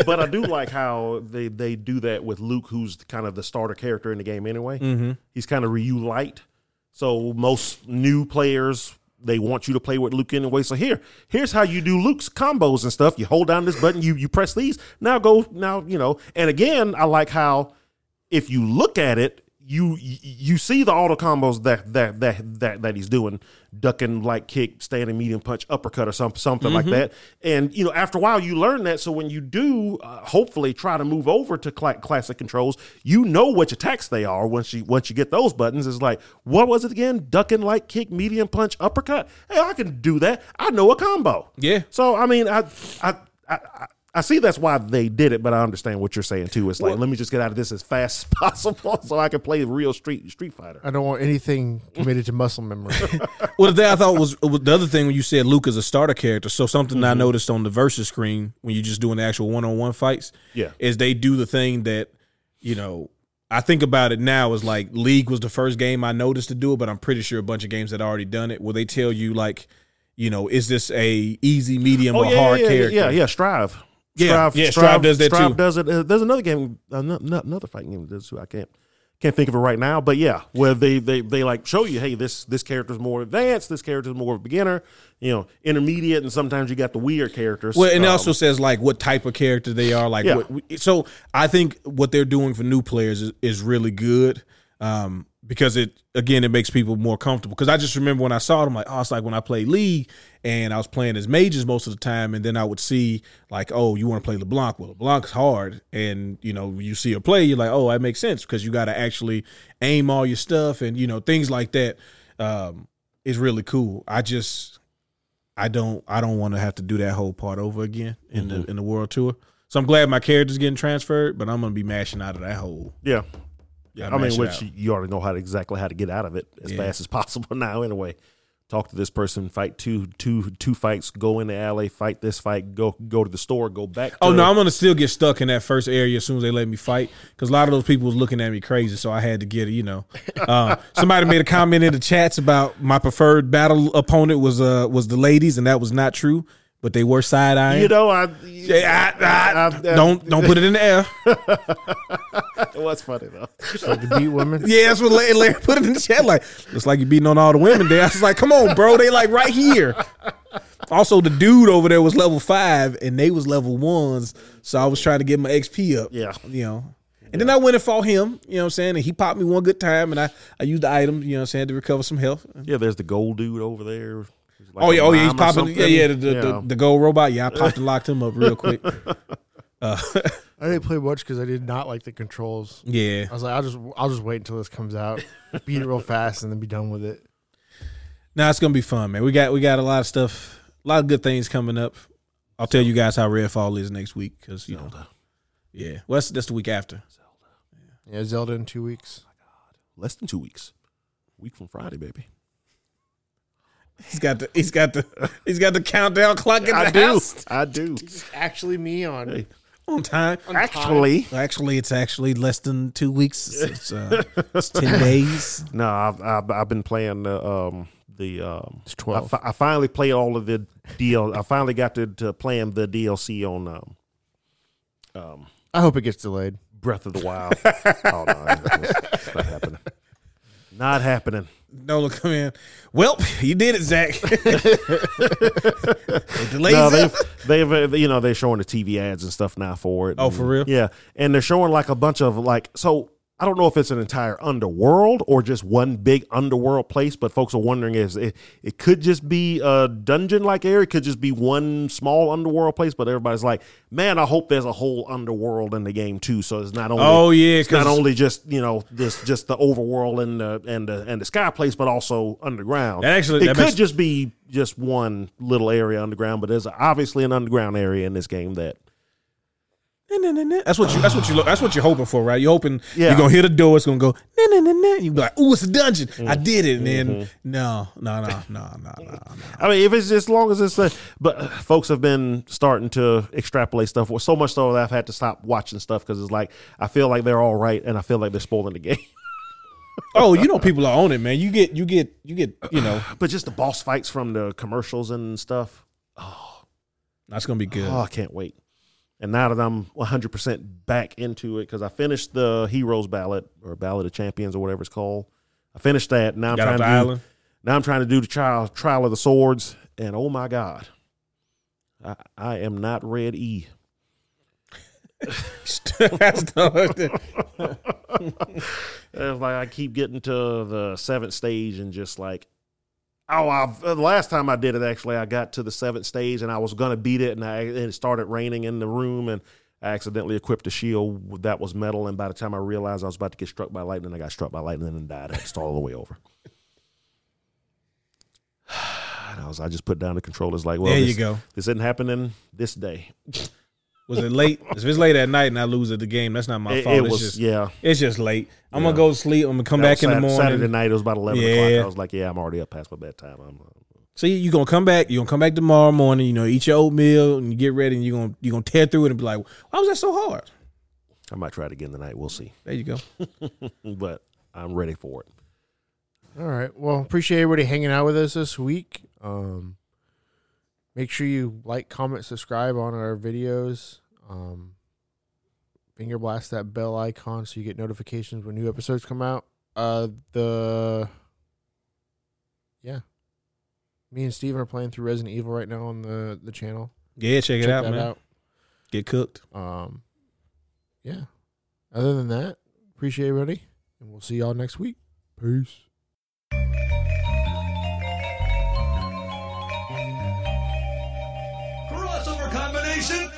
but I do like how they, they do that with Luke, who's kind of the starter character in the game anyway. He's kind of Ryu light, so most new players they want you to play with Luke anyway. So here, here's how you do Luke's combos and stuff. You hold down this button, you you press these. Now go now you know. And again, I like how if you look at it, you you see the auto combos that that that that that he's doing, ducking like kick, standing medium punch, uppercut or something something like that. And you know, after a while, you learn that. So when you do, uh, hopefully, try to move over to cla classic controls, you know which attacks they are once you once you get those buttons. It's like what was it again? Ducking like kick, medium punch, uppercut. Hey, I can do that. I know a combo.
Yeah.
So I mean, I I. I, I I see that's why they did it, but I understand what you're saying too. It's like let me just get out of this as fast as possible so I can play real Street Street Fighter.
I don't want anything committed to muscle memory.
Well, the thing I thought was was the other thing when you said Luke is a starter character. So something
Mm-hmm.
I noticed on the versus screen when you're just doing the actual one on one fights,
Yeah.
is they do the thing that you know. I think about it now is like League was the first game I noticed to do it, but I'm pretty sure a bunch of games had already done it. Where they tell you like, you know, is this a easy, medium, or
Oh, yeah,
hard
yeah, yeah,
character?
Yeah, yeah, Strive.
Yeah, yeah, Strive does that
Strive
too.
does it. Uh, there's another game, ano- ano- another fighting game that does too. I can't can't think of it right now, but yeah, where they they they like show you, hey, this this character's more advanced, this character's more of a beginner, you know, intermediate, and sometimes you got the weird characters.
Well, and it
Um,
also says like what type of character they are. Like,
Yeah.
what, so I think what they're doing for new players is, is really good um, because it again it makes people more comfortable. Because I just remember when I saw it, I'm like, oh, it's like when I played League and I was playing as mages most of the time, and then I would see like, oh, you want to play LeBlanc? Well, LeBlanc's hard, and you know you see her play, you're like, oh, that makes sense because you got to actually aim all your stuff and you know things like that. Um, is really cool. I just I don't I don't want to have to do that whole part over again in
Mm-hmm.
the in the world tour. So I'm glad my character's getting transferred, but I'm gonna be mashing out of that whole
yeah,
Yeah,
I mean,
mash it
which
out.
you- you already know how to, exactly how to get out of it as
Yeah.
fast as possible now. Anyway, talk to this person, fight two, two, two fights, go in the alley, fight this fight, go, go to the store, go back.
Oh
to-
no, I'm gonna still get stuck in that first area as soon as they let me fight because a lot of those people was looking at me crazy, so I had to get it. You know, um, somebody made a comment in the chats about my preferred battle opponent was uh was the ladies, and that was not true, but they were side eyeing.
you know, I,
Yeah, I- I-
I- I-
don't don't put it in the air.
It was funny though.
Like to beat women.
Yeah, that's what Larry, Larry put it in the chat. Like, looks like you're beating on all the women there. I was like, come on, bro. They like right here. Also, the dude over there was level five and they was level ones. So I was trying to get my XP up.
Yeah.
You know. And then I went and fought him, you know what I'm saying? And he popped me one good time and I, I used the item, you know what I'm saying, to recover some health.
Yeah, there's the gold dude over there. He's like
oh
a
yeah, oh yeah,
mime
he's
or
popping yeah,
something.
yeah, the, the,
Yeah.
the, the gold robot. Yeah, I popped and locked him up real quick.
I didn't play much because I did not like the controls.
Yeah.
I was like, I'll just I'll just wait until this comes out, beat it real fast, and then be done with it.
Now it's gonna be fun, man. We got we got a lot of stuff, a lot of good things coming up. I'll tell you guys how Redfall is next week because you know, yeah. Well, that's, that's the week after.
Yeah, Zelda in two weeks.
Less than two weeks. Week from Friday, baby.
He's got the he's got the he's got the countdown clock in the
I do.
house
I do.
Actually, me on.
Hey.
on time.
Actually,
Actually, it's actually less than two weeks. It's, uh, it's ten days.
no, I've, I've I've been playing the um the um.
It's
I, fi- I finally played all of the DL. I finally got to, to playing the DLC on um, um
I hope it gets delayed.
Breath of the Wild. oh no, it's not happening. Not happening.
Nola, come in. Well, you did it, Zach. It delays
No,
it.
they've, they've uh, you know they're showing the TV ads and stuff now for it.
Oh,
And-
for real?
Yeah, and they're showing like a bunch of like so. I don't know if it's an entire underworld or just one big underworld place, but folks are wondering is it, it could just be a dungeon like area, it could just be one small underworld place, but everybody's like, man, I hope there's a whole underworld in the game too. So it's not only
Oh, yeah,
it's not
'cause-
only just you know this just the overworld and the and the and the sky place, but also underground.
That actually-
it
that
could
makes-
just be just one little area underground, but there's obviously an underground area in this game that
Nah, nah, nah, nah. That's what you. That's what you. lo- That's what you're hoping for, right? You're hoping
Yeah.
you're gonna hit a door. It's gonna go. Nah, nah, nah, nah. You be like, "Ooh, it's a dungeon. I
Mm-hmm.
did it." And then no, no, no, no, no, no, no.
I mean, if it's as long as it's, uh, but uh, folks have been starting to extrapolate stuff. Well, so much so that I've had to stop watching stuff because it's like I feel like they're all right, and I feel like they're spoiling the game.
Oh, you know people are on it, man. You get, you get, you get. You know,
but just the boss fights from the commercials and stuff,
that's gonna be good.
oh, I can't wait. And now that I'm 100 percent back into it because I finished the Heroes Ballad or Ballad of Champions or whatever it's called. I finished that. Now I'm
Got off
trying
the
to do-
island.
Now I'm trying to do the trial trial of the swords, and oh my god, I, I am not red E.
That's the-
It's like I keep getting to the seventh stage and just like, oh, I've, the last time I did it actually, I got to the seventh stage and I was gonna beat it, and I and it started raining in the room, and I accidentally equipped a shield that was metal, and by the time I realized I was about to get struck by lightning, I got struck by lightning and died. I had to start all the way over. And I was, I just put down the controllers like, well,
there you
this-
go.
This isn't happening this day.
Was it late? If it's late at night and I lose at the game, that's not my
It,
fault.
it
it's
was,
just,
yeah.
it's just late. I'm
Yeah.
gonna go to sleep. I'm gonna come
That
back
was
in the
Sat-
morning.
Saturday night, it was about 11 o'clock.
Yeah.
I was like, yeah, I'm already up past my bedtime. I'm, uh,
So you- you're gonna come back, you're gonna come back tomorrow morning, you know, eat your oatmeal and you get ready and you're gonna you're gonna tear through it and be like, Why was that so hard?
I might try it again tonight. We'll see.
There you go.
But I'm ready for it.
All right. Well, appreciate everybody hanging out with us this week. Um, make sure you like, comment, subscribe on our videos. Um, finger blast that bell icon so you get notifications when new episodes come out. Uh, the yeah, me and Steven are playing through Resident Evil right now on the the channel.
Yeah, check it
Check
out,
that
man. Get cooked.
out. Um, yeah. Other than that, appreciate everybody, and we'll see y'all next week. Peace.
Crossover combination